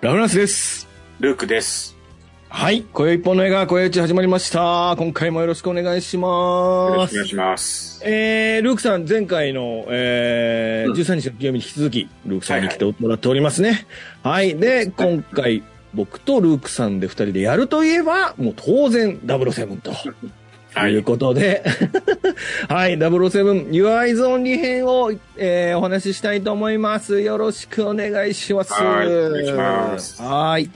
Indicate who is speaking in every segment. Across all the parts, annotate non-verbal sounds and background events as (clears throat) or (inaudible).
Speaker 1: ラフランスです。
Speaker 2: ルークです。
Speaker 1: はい。今宵一本の映画、今宵一始まりました。今回もよろしくお願いし
Speaker 2: よろ
Speaker 1: ま
Speaker 2: しくお
Speaker 1: す。
Speaker 2: 願いします。
Speaker 1: えー、ルークさん、前回の、えー
Speaker 2: うん
Speaker 1: 13日の金曜日に引き続き、ルークさんに
Speaker 2: は
Speaker 1: 来
Speaker 2: い
Speaker 1: てもらっておりますね。はい。で、今回、僕とルークさんで二人でやるといえば、もう当然、007と。と。
Speaker 2: (laughs) はいいう
Speaker 1: ことで、 (laughs) はい、007 Your Eyes Only 編を、えーお話ししたいと思います。よろしくお願いします。
Speaker 2: はいお願いします
Speaker 1: はい。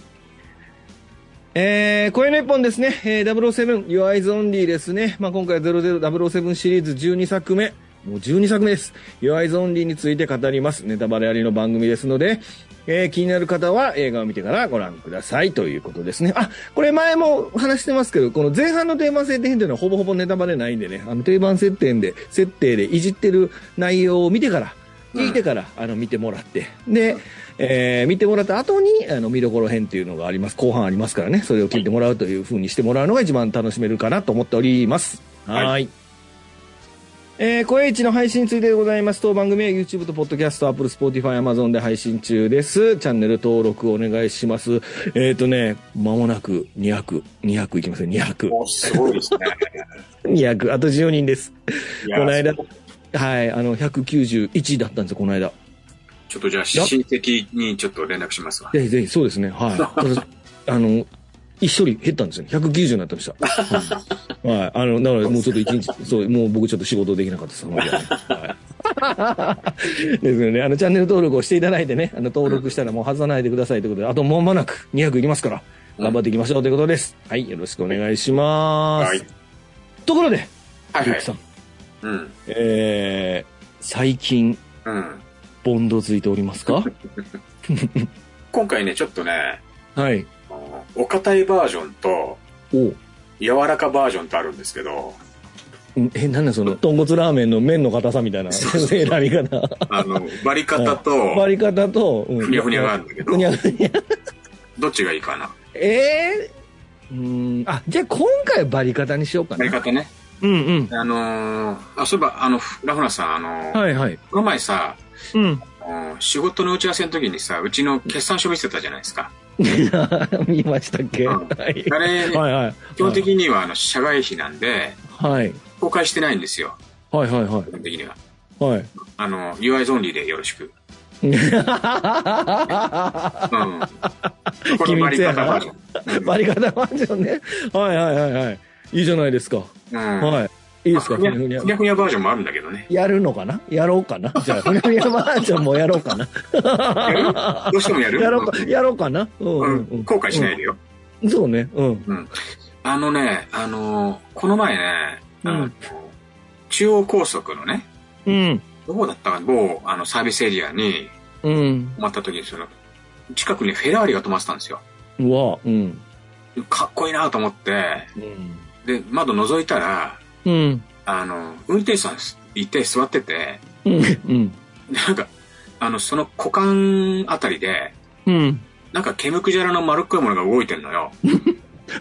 Speaker 1: えー、声の一本ですね。えー、007 Your Eyes Only ですね。まあ、今回007シリーズ12作目。もう12作目です。Your Eyes Only について語ります。ネタバレありの番組ですので、えー気になる方は映画を見てからご覧くださいということですね。あ、これ前も話してますけど、この前半の定番設定編というのはほぼほぼネタバレないんでね、あの定番設定で、設定でいじってる内容を見てから、聞いてから、あの見てもらって、で、えー見てもらった後に、あの見どころ編っていうのがあります。後半ありますからね、それを聞いてもらうという風にしてもらうのが一番楽しめるかなと思っております。
Speaker 2: はい
Speaker 1: はいえー、声一の配信についてでございます。当番組は YouTube と Podcast、Apple、Spotify、Amazon で配信中です。チャンネル登録お願いします。えっ、ー、とね、間もなく200、200いきますよ、200。
Speaker 2: おすごい (laughs) ですね。
Speaker 1: 200、あと14人です。
Speaker 2: いや
Speaker 1: この間
Speaker 2: ちょ
Speaker 1: はい、あの、191だったんですよ、この間。
Speaker 2: っとじゃあ、親戚にちょっと連絡しますわ。
Speaker 1: ぜひぜひ、そうですね。はい。ただ、あの、一人減ったんですよね。190になってました。はい。はいあの、だからもうちょっと一日、そう、もう僕ちょっと仕事できなかったです。その日はねはい。ですよね。あの、チャンネル登録をしていただいてね、あの、登録したらもう外さないでくださいということで、あともう間もなく200いきますから、
Speaker 2: うん
Speaker 1: 頑張っていきましょうということです。はい。よろしくお願いします。
Speaker 2: はい。
Speaker 1: ところで、
Speaker 2: はい
Speaker 1: ゆう
Speaker 2: はい
Speaker 1: きさ。ん、
Speaker 2: うん。
Speaker 1: えー、最近、
Speaker 2: うん。
Speaker 1: ボンドついておりますか
Speaker 2: 今回ね、ちょっとね、
Speaker 1: はい。
Speaker 2: あのお堅いバージョンと、
Speaker 1: おう
Speaker 2: 柔らかバージョンとあるんですけ (laughs) ど、
Speaker 1: んえ、なんだその、豚骨ラーメンの麺の硬さみたいな、
Speaker 2: そうそう
Speaker 1: (laughs) 選び方。
Speaker 2: あの、バリ方と、
Speaker 1: 割り方と、うん
Speaker 2: ふにゃふにゃがあるんだけど
Speaker 1: ふに、ゃふにゃ。
Speaker 2: どっちがいいかな。
Speaker 1: えー、うーん、あ、じゃあ今回はバリ方にしようか
Speaker 2: バリ
Speaker 1: な。
Speaker 2: 方ね。
Speaker 1: うんうん。
Speaker 2: あのーあ、そういえば、あの、ラフナさん、あのー、
Speaker 1: はいはい。
Speaker 2: この前さ、
Speaker 1: うん。 (laughs)
Speaker 2: あの仕事の打ち合わせの時にさ、うちの決算書見せてたじゃないですか。
Speaker 1: 見ましたっけ、
Speaker 2: うん
Speaker 1: はい
Speaker 2: あれ、
Speaker 1: はいはい。
Speaker 2: 基本的にはあの社外費なんで、
Speaker 1: はい。
Speaker 2: 公開してないんですよ、
Speaker 1: はいはいはい
Speaker 2: 基本的には。
Speaker 1: はい。
Speaker 2: あの、UI ゾンリーでよろし
Speaker 1: (laughs)
Speaker 2: く。うん。このバリカタバージョン
Speaker 1: バリ方マンジョンね。はいはいはいはい。いいじゃないですか。
Speaker 2: うん。
Speaker 1: はい。いいですか、
Speaker 2: あ
Speaker 1: ふ
Speaker 2: ふ
Speaker 1: に
Speaker 2: に
Speaker 1: ゃ
Speaker 2: ゃ
Speaker 1: ふにゃ
Speaker 2: ふに。ゃふにゃバージョンもあるんだけど
Speaker 1: (laughs)
Speaker 2: ね。
Speaker 1: やるのかなやろうかなじゃあ、ふにゃふにゃバージョンもやろうかな。
Speaker 2: やるどうしてもやる
Speaker 1: やろうか、やろうかな。うん
Speaker 2: う
Speaker 1: うんん
Speaker 2: 後悔しない
Speaker 1: で。
Speaker 2: でよ。
Speaker 1: うんそうね。うん。
Speaker 2: あのね、あの、この前ね、あの
Speaker 1: うん
Speaker 2: 中央高速のね、
Speaker 1: うん。
Speaker 2: どこだったか、某あのサービスエリアに
Speaker 1: うん。
Speaker 2: 泊まった時に、その、近くにフェラーリが泊まってたんですよ。
Speaker 1: うわ、うん。
Speaker 2: かっこいいなと思って、
Speaker 1: うん。
Speaker 2: で、窓覗いたら、
Speaker 1: うん。
Speaker 2: あの、運転手さんいて座ってて、
Speaker 1: うん。
Speaker 2: でなんか、あの、その股間あたりで、
Speaker 1: うん。
Speaker 2: なんか毛むくじゃらの丸っこいものが動いてんのよ。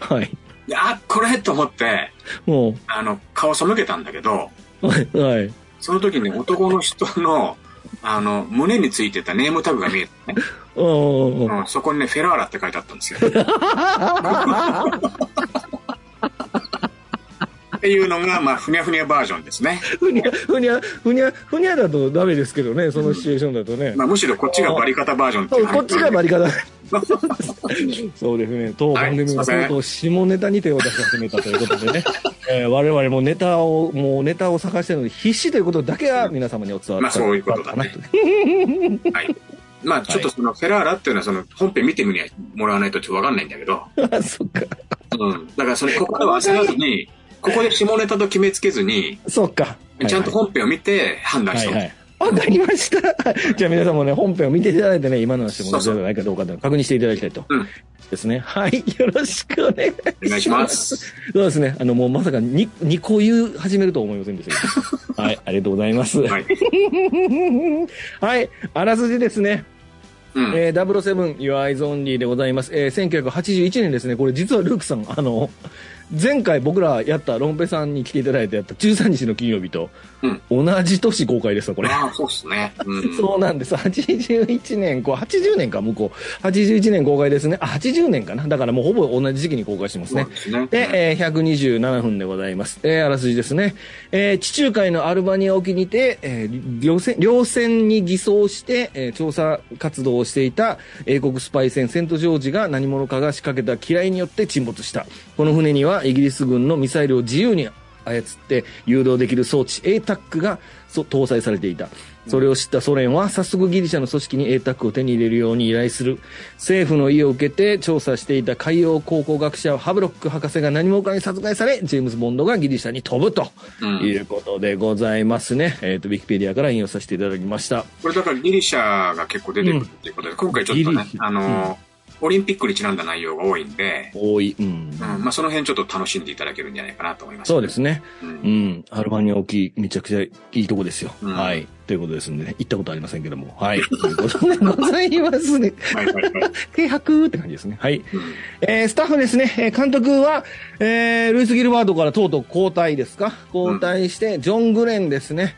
Speaker 1: はい。
Speaker 2: であ、これと思って、
Speaker 1: も
Speaker 2: あの、顔背けたんだけど、
Speaker 1: う、はい。はい。
Speaker 2: その時に男の人の、あの、胸についてたネームタグが見えて、
Speaker 1: うんうんうん。
Speaker 2: うん、そこにね、フェラーラって書いてあったん
Speaker 1: (laughs)
Speaker 2: ですよ。っていうのが、まあ、ふにゃふにゃバージョンですね。
Speaker 1: ふにゃ、ふにゃ、ふにゃ、ふにゃだとダメですけどね、そのシチュエーションだとね。
Speaker 2: まあ、むしろこっちがバリ方バージョンって
Speaker 1: そ
Speaker 2: いうう
Speaker 1: こっちがバリ
Speaker 2: (laughs)
Speaker 1: 方。そうですね。当
Speaker 2: は
Speaker 1: 番
Speaker 2: い
Speaker 1: 組も
Speaker 2: すいませ
Speaker 1: 相
Speaker 2: ん
Speaker 1: 当下ネタに手を出し始めたということで
Speaker 2: (laughs)
Speaker 1: ね。えー我々もネタを、もうネタを探してるので必死ということだけは皆様にお伝わり
Speaker 2: まあそういうことだねはい。まあ、ちょっとその、フェラーラっていうのは、その、本編見てみにはもらわないとちょっとわかんないんだけど、
Speaker 1: (laughs) あ、そっか。
Speaker 2: うん。だから、それ、ここでは焦らずに、ここで下ネタと決めつけずに、
Speaker 1: そっか。
Speaker 2: ちゃんと本編を見て判断
Speaker 1: は
Speaker 2: し
Speaker 1: い
Speaker 2: て
Speaker 1: はい
Speaker 2: も
Speaker 1: は
Speaker 2: らう
Speaker 1: い。わかりました。 (laughs) じゃあ皆さんもね、本編を見ていただいてね、今の話もじゃないかどうかというのを確認していただきたいと。
Speaker 2: うん
Speaker 1: ですね。はい。 (laughs) よろしくお願いします。
Speaker 2: お願いしま。す。
Speaker 1: そうですね。あの、もうまさかに2個言う始めるとは思いませんで (laughs)
Speaker 2: (laughs)
Speaker 1: した。はい。ありがとうございます。
Speaker 2: はい。
Speaker 1: はい、あらすじですね。
Speaker 2: うん。
Speaker 1: えー、007 Your Eyes Only でございます、えー、1981年ですねこれ実はルークさんあの前回僕らやったロンペさんに来ていただいてやった13日の金曜日と
Speaker 2: うん
Speaker 1: 同じ年公開ですわこれ、
Speaker 2: ああ、そうっすね。うん。
Speaker 1: (laughs) そうなんです81年こう80年か向こう81年公開ですねあ80年かなだからもうほぼ同じ時期に公開してます
Speaker 2: そう
Speaker 1: ね
Speaker 2: ですね。
Speaker 1: で、えー127分でございます。えーあらすじですね。えー地中海のアルバニア沖にて、えーり両船、両船に偽装して、えー調査活動をしていた英国スパイ船セントジョージが何者かが仕掛けた機雷によって沈没した。この船にはイギリス軍のミサイルを自由に操って誘導できる装置 ATAC がそ搭載されていた。それを知ったソ連は早速ギリシャの組織に ATAC を手に入れるように依頼する。政府の意を受けて調査していた海洋考古学者ハブロック博士が何者かに殺害され、ジェームズ・ボンドがギリシャに飛ぶと
Speaker 2: うん
Speaker 1: いうことでございますね。えっ、と、ウィキペディアから引用させていただきました。
Speaker 2: これだからギリシャが結構出てくるっていうことで、今回ちょっとね
Speaker 1: ギリシ、ャ
Speaker 2: あの、オリンピックにちなんだ内容が多いんで、
Speaker 1: 多い。うん。
Speaker 2: うん、まあその辺ちょっと楽しんでいただけるんじゃないかなと思います。
Speaker 1: そうですね。
Speaker 2: う。
Speaker 1: うんん。アルバニア沖、めちゃくちゃいいとこですよ。
Speaker 2: うん
Speaker 1: はい。ということですんでね。行ったことありませんけども。はい。ということでございますね。
Speaker 2: はいはいはい。
Speaker 1: 軽薄って感じですね。はい。
Speaker 2: うん
Speaker 1: えースタッフですね、えー監督は、えールイス・ギルバードからとうとう交代ですか交代して、ジョン・グレンですね。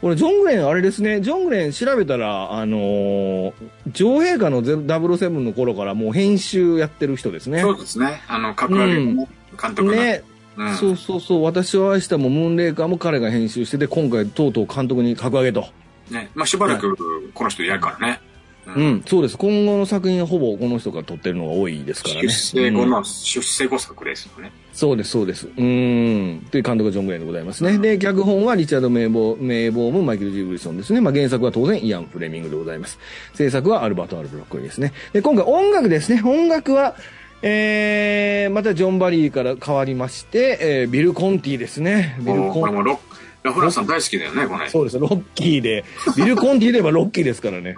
Speaker 1: これ、ジョン・グレン、あれですね、ジョン・グレン調べたら、あのー女王陛下のゼ007の頃からもう編集やってる人ですね。
Speaker 2: そうですね。あの、格上げのね監督が。
Speaker 1: ね、
Speaker 2: うん
Speaker 1: そうそうそう、私を愛したもムーンレイカーも彼が編集してて、今回とうとう監督に格上げと。
Speaker 2: ね。まあしばらくこの人やるからね。
Speaker 1: う。ん、そうです。今後の作品はほぼこの人が撮ってるのが多いですからね。
Speaker 2: 出世後
Speaker 1: うん
Speaker 2: の、出世後作ですよね。
Speaker 1: そうです、そうです。うーん。という監督がジョン・グレンでございますね。で、脚本はリチャード・名簿、名簿もマイケル・ジーブリソンですね。まあ、原作は当然イアン・フレミングでございます。制作はアルバート・アルブロックインですね。で、今回音楽ですね。音楽は、えー、またジョン・バリーから変わりまして、えー、ビル・コンティですね。ビル・
Speaker 2: もうこ
Speaker 1: コ
Speaker 2: れ
Speaker 1: ン
Speaker 2: もロック、ラフランスさん大好きだよね、これ。
Speaker 1: そうです、ロッキーで。 (laughs) ビル・コンティといえばロッキーですからね。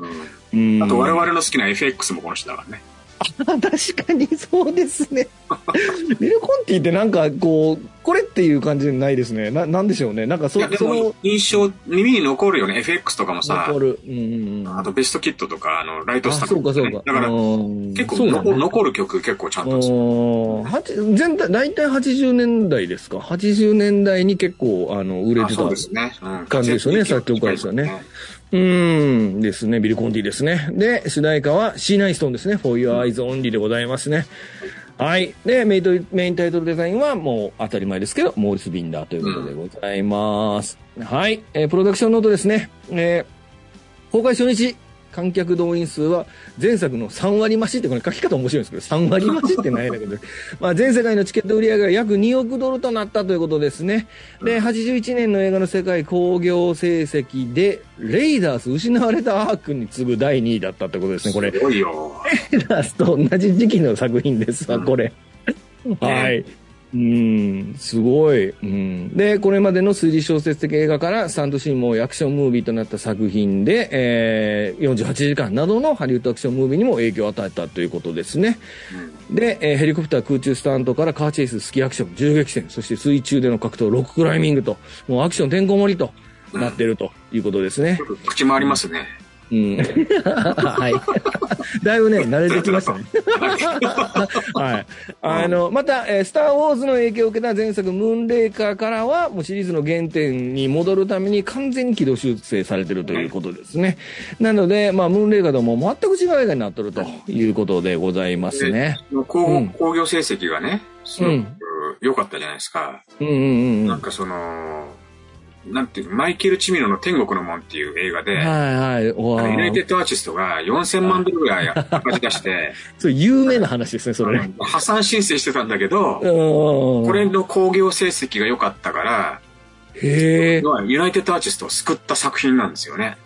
Speaker 1: う
Speaker 2: う
Speaker 1: んん。
Speaker 2: あと我々の好きな FX もこの人だからね。
Speaker 1: あ (laughs) 確かにそうです
Speaker 2: (laughs)
Speaker 1: ね。ビル・コンティってなんかこう、これっていう感じじゃないですね。な、なんでしょうね。なんか
Speaker 2: い
Speaker 1: そ
Speaker 2: や、で
Speaker 1: その
Speaker 2: も、印象、耳に残るよね。FX とかもさ
Speaker 1: 残、る。うんうんうん。
Speaker 2: あとベストキットとか、あの、ライトスター
Speaker 1: そうかそうか。
Speaker 2: だから、
Speaker 1: 結
Speaker 2: 結構残残る曲結構ちゃんと作る。
Speaker 1: 全体、大体80年代ですか。80年代に結構、あの、売れ
Speaker 2: あ
Speaker 1: てた。
Speaker 2: そうですね。うん
Speaker 1: 感じですよね作曲家ですよね。うーん、ですね。ビル・コンティですね。で、主題歌はシーナイストーンですね。For Your Eyes Only でございますね。はい。で、メイトメインタイトルデザインはもう当たり前ですけど、モーリス・ビンダーということでございます。はい。えープロダクションノートですね。えー公開初日、観客動員数は前作の3割増しって、これ書き方面白いんですけど、3割増しってないんだけど、まあ全世界のチケット売り上げが約2億ドルとなったということですね。で、81年の映画の世界興行成績で、レイダース失われたアークに次ぐ第2位だったってことですね、これ。
Speaker 2: すごいよ。
Speaker 1: レイダースと同じ時期の作品ですわ、これ。はい。うん、すごい、うん。で、これまでの推理小説的映画から、スタントシーンもアクションムービーとなった作品で、えー、48時間などのハリウッドアクションムービーにも影響を与えたということですね。で、えーヘリコプター空中スタントからカーチェイス、スキーアクション、銃撃戦、そして水中での格闘、ロッククライミングと、もうアクションてんこ盛りとなってるということですね。
Speaker 2: うん口回りますね。
Speaker 1: (laughs) うん。はい。だ (laughs) いぶね、慣れてきましたね。 (laughs) はい。あの、また、えースター・ウォーズの影響を受けた前作、ムーンレイカーからは、もうシリーズの原点に戻るために完全に軌道修正されてるということですね。なので、まあ、ムーンレイカーとも全く違う映画になってるということでございますね。
Speaker 2: で
Speaker 1: う
Speaker 2: 興
Speaker 1: ん
Speaker 2: 興行成績がね、すごく良かったじゃないですか。
Speaker 1: うんうんうん。
Speaker 2: な
Speaker 1: は
Speaker 2: んかその、なんていうのマイケル・チミノの天国の門っていう映画
Speaker 1: い
Speaker 2: で、
Speaker 1: はい。
Speaker 2: あ
Speaker 1: わ
Speaker 2: のユナイテ
Speaker 1: ー
Speaker 2: ッドアーティストが4000万ドルぐらい赤字出して、
Speaker 1: そう、有名な話ですね、それね。
Speaker 2: 破産申請してたんだけど、こ
Speaker 1: こ
Speaker 2: れの興行成績が良かったから、
Speaker 1: へえ。
Speaker 2: ユナイテッドアーティストを救った作品なんですよね。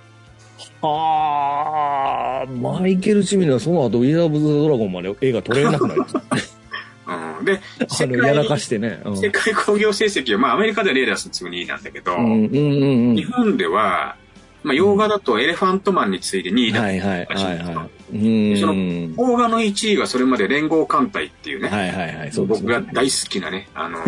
Speaker 1: ああ、マイケル・チミノはその後、ウィザー・オブ・ザ・ドラゴンまで映画撮れなくなりま (laughs) した。
Speaker 2: うん、で、
Speaker 1: あ
Speaker 2: 世
Speaker 1: の、やらか
Speaker 2: 界
Speaker 1: してね。うん
Speaker 2: 世界興行成績は、まあアメリカではレーダース2位なんだけど、
Speaker 1: うんうんうんうん
Speaker 2: 日本では、まあ、洋画だとエレファントマンに次いで2位だ
Speaker 1: はいはい
Speaker 2: らしい
Speaker 1: はい
Speaker 2: んですよ
Speaker 1: はいう
Speaker 2: その
Speaker 1: ん
Speaker 2: 邦画の1位はそれまで連合艦隊っていうね、
Speaker 1: はいはいはいそうです
Speaker 2: 僕
Speaker 1: ね
Speaker 2: が大好きなね、あ
Speaker 1: (laughs)
Speaker 2: の、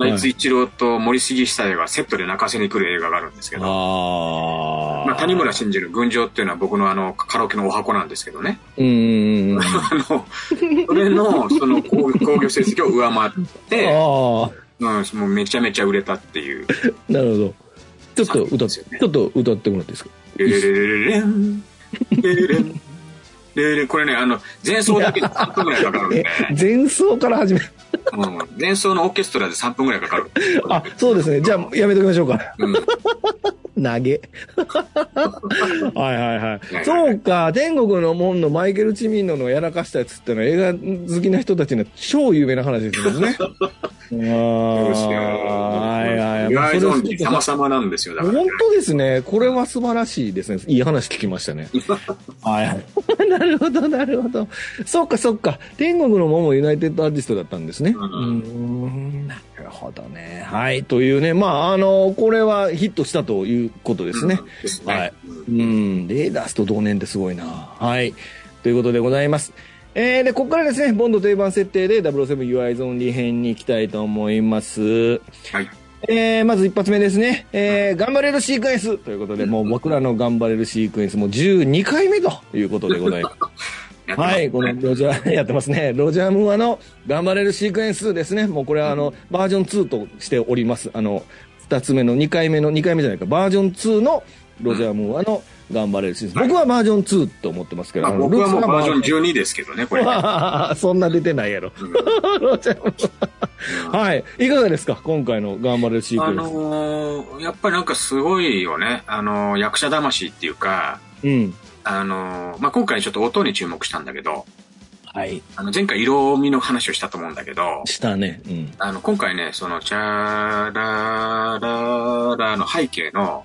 Speaker 2: ナイツ一郎と森杉久也がセットで泣かせに来る映画があるんですけど、
Speaker 1: ああ
Speaker 2: まあ、谷村新司の群青っていうのは僕のあの、カラオケのお箱なんですけどね、 (laughs)
Speaker 1: うんうんうんあ
Speaker 2: あの、それの、その、興行成績を上回って、
Speaker 1: あ
Speaker 2: うん、もうめちゃめちゃ売れたっていう、
Speaker 1: なるほどちょっと歌っ
Speaker 2: そうですよね
Speaker 1: ちょっと歌ってもらっていいですか
Speaker 2: レレレレレン、レレレン、レレレンこれね、あの、前奏だけで3分ぐらいかかるん
Speaker 1: (laughs)
Speaker 2: で、
Speaker 1: 前奏から始める
Speaker 2: うん、前奏のオーケストラで3分ぐらいかかる。
Speaker 1: あそうですねじゃあやめときましょうか
Speaker 2: うん、
Speaker 1: 投
Speaker 2: (laughs)
Speaker 1: げはいはいはい
Speaker 2: いはい
Speaker 1: そうか天国の門のマイケル・チミンノのやらかしたやつってのは映画好きな人たちの超有名な話ですよ
Speaker 2: (laughs)
Speaker 1: ねああはいはい
Speaker 2: 意外
Speaker 1: そ
Speaker 2: と
Speaker 1: れ
Speaker 2: 様々なんですよ、だから
Speaker 1: 本。当ですね。これは素晴らしいですね。いい話聞きま
Speaker 2: (laughs)
Speaker 1: したね。はい。 (laughs) なるほど、なるほど。そっか、そっか。天国の桃もユナイテッドアーティストだったんですね。
Speaker 2: うん
Speaker 1: ーんなるほどね。はい。というね。まあ、あの、これはヒットしたということですね。
Speaker 2: うんですね
Speaker 1: はい。うん。レーダースと同年ってすごいな。はい。ということでございます。えー、で、ここからですね、ボンド定番設定で 007UI ゾンリ編に行きたいと思います。
Speaker 2: はい。
Speaker 1: えー、まず一発目ですね。えー、頑張れるシークエンスということで、もう僕らの頑張れるシークエンスも12回目ということでござい
Speaker 2: (laughs)
Speaker 1: ます。
Speaker 2: やってます
Speaker 1: はい、このロジャー、やってますね。ロジャームーアの頑張れるシークエンスですね。もうこれはあの、バージョン2としております。あの、二つ目の、二回目の、二回目じゃないか、バージョン2のロジャームーアの頑張れるシークエンス。僕はバージョン2と思ってますけど、
Speaker 2: まあ
Speaker 1: あの
Speaker 2: 僕はもうバージョン
Speaker 1: ル
Speaker 2: 12ですけどね、これ。
Speaker 1: ク
Speaker 2: う
Speaker 1: ス (laughs) はバージョンそんな出てないや
Speaker 2: (laughs)
Speaker 1: ろ。
Speaker 2: ん
Speaker 1: ロジャームーア。はい、いかがですか今回の頑張れるシー
Speaker 2: あ
Speaker 1: クエンス。
Speaker 2: のーやっぱりなんかすごいよね。あのー役者魂っていうか、
Speaker 1: うん。
Speaker 2: あのーまあ、今回ちょっと音に注目したんだけど、
Speaker 1: はい。
Speaker 2: あの、前回色味の話をしたと思うんだけど、
Speaker 1: したね。うん。
Speaker 2: あの、今回ね、その、チャーラーラーラーの背景の、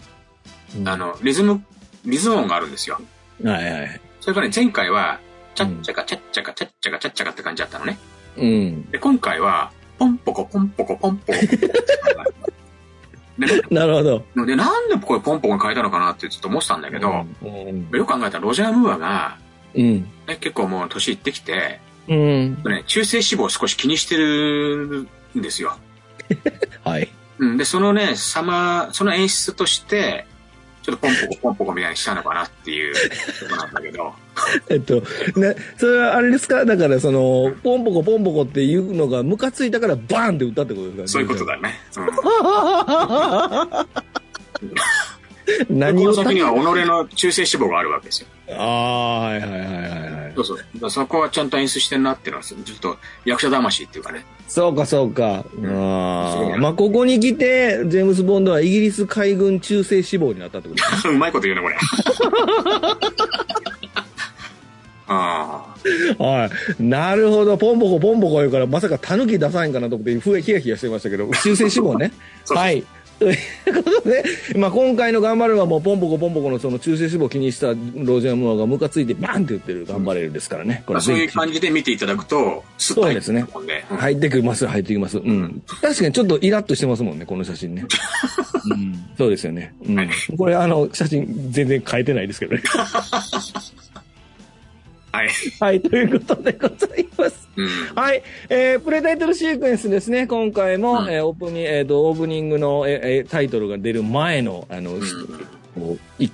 Speaker 2: あ、の、リズム、リズム音があるんですよ。
Speaker 1: はいはい。
Speaker 2: それからね、前回は、チャッチャカチャッチャカチャッチャカチャッチャカって感じだったのね。
Speaker 1: うん。
Speaker 2: で、今回は、ポンポコポンポコポン (laughs) ポコ。で、
Speaker 1: なるほど。
Speaker 2: ねで、なんでこれポンポコに変えたのかなってちょっと思ってたんだけど、
Speaker 1: うん。
Speaker 2: よく考えたらロジャー・ムーアが、
Speaker 1: うん。
Speaker 2: ね、結構もう年いってきて、
Speaker 1: うん。
Speaker 2: ね、中性脂肪を少し気にしてるんですよ。
Speaker 1: はい。 (laughs)
Speaker 2: うん、で、そのね、さま、その演出として、ちょっとポンポコポンポコみたいにしたのかなって (laughs) いうことなんだけど、
Speaker 1: えっと、ね、それはあれですかだから、その、ポンポコポンポコっていうのがムカついたからバーンって打ったってことですか
Speaker 2: そういうこと。だね。うん
Speaker 1: (laughs) 何
Speaker 2: こ
Speaker 1: を
Speaker 2: の先には己の中性脂肪があるわけですよ。
Speaker 1: ああ、はいはいはいはいはい
Speaker 2: そ。うそう。だからそこはちゃんと演出してるなっていうのは、ちょっと役者魂っていうかね。 (laughs)
Speaker 1: そうかそうか。
Speaker 2: ん
Speaker 1: ああ。まあ、ここに来て、ジェームス・ボンドはイギリス海軍中性志望になったってことですね
Speaker 2: うまいこと言うね、これ。 (laughs) ああ。
Speaker 1: はい。なるほど。ポンポコポンポコ言うから、まさかタヌキ出さへんかなと思って、ふえヒヤヒヤしてましたけど、中性脂肪ね。
Speaker 2: (laughs) そう
Speaker 1: はい。ということで、まあ、今回の頑張れはもうポンポコポンポコのその中性脂肪を気にしたロジャー・ムーアがムカついてバンって言ってる頑張れるですからね。こ
Speaker 2: まあ、
Speaker 1: れ
Speaker 2: そう
Speaker 1: ぜ
Speaker 2: いう
Speaker 1: ひ
Speaker 2: 感じで見ていただくと、すっと入ってくるもんで。うん
Speaker 1: 入ってきます、入ってきます。うん。確かにちょっとイラッとしてますもんね、この写
Speaker 2: (laughs)
Speaker 1: 真ね。うん、そうですよね。うん
Speaker 2: はい
Speaker 1: これあの、写真全然変えてないですけど
Speaker 2: (laughs)
Speaker 1: ね。
Speaker 2: はい。
Speaker 1: はい、ということでございます。
Speaker 2: うん。
Speaker 1: はい、えープレタイトルシークエンスですね、今回も、
Speaker 2: うん
Speaker 1: えーオープニング、えーと、オープニングの、えーえータイトルが出る前の、あの、こうい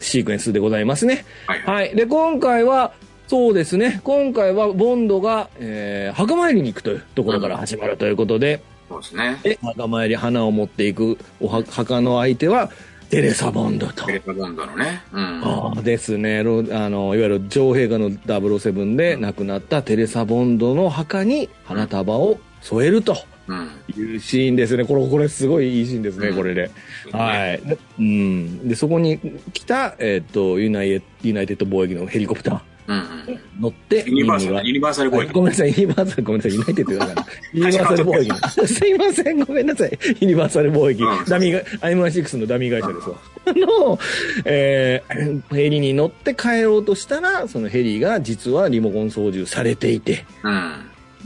Speaker 1: シークエンスでございますね。
Speaker 2: はいはい。
Speaker 1: はい。で、今回は、そうですね、今回はボンドが、えー墓参りに行くというところから始まるということで、
Speaker 2: そうですね。
Speaker 1: で墓参り花を持っていくおは墓の相手は、テレサ・ボンドと
Speaker 2: ペ。レタボンドのね。うん。
Speaker 1: あーですねロあのいわゆる女王陛下の007で亡くなったテレサ・ボンドの墓に花束を添えると
Speaker 2: うん。
Speaker 1: いうシーンですねこれこれすごいいいシーンですねこれで、はいで,、うん、でそこに来た、えっとユナイユナイテッド貿易のヘリコプター
Speaker 2: うんうん。
Speaker 1: 乗って
Speaker 2: ユニバーサ
Speaker 1: 任務
Speaker 2: ル、
Speaker 1: が
Speaker 2: ユニバーサル
Speaker 1: ごめ
Speaker 2: 公演。
Speaker 1: んなさい、ユニバーサル、ごめんなさい、ユナイテッドだから。ユニバーサル貿易。すいません、ごめんなさい。ユニバーサル貿易
Speaker 2: うん。
Speaker 1: ダミーが、MI6 のダミー会社ですわ。あ (laughs) の、えー、ヘリに乗って帰ろうとしたら、そのヘリが実はリモコン操縦されていて、
Speaker 2: うん。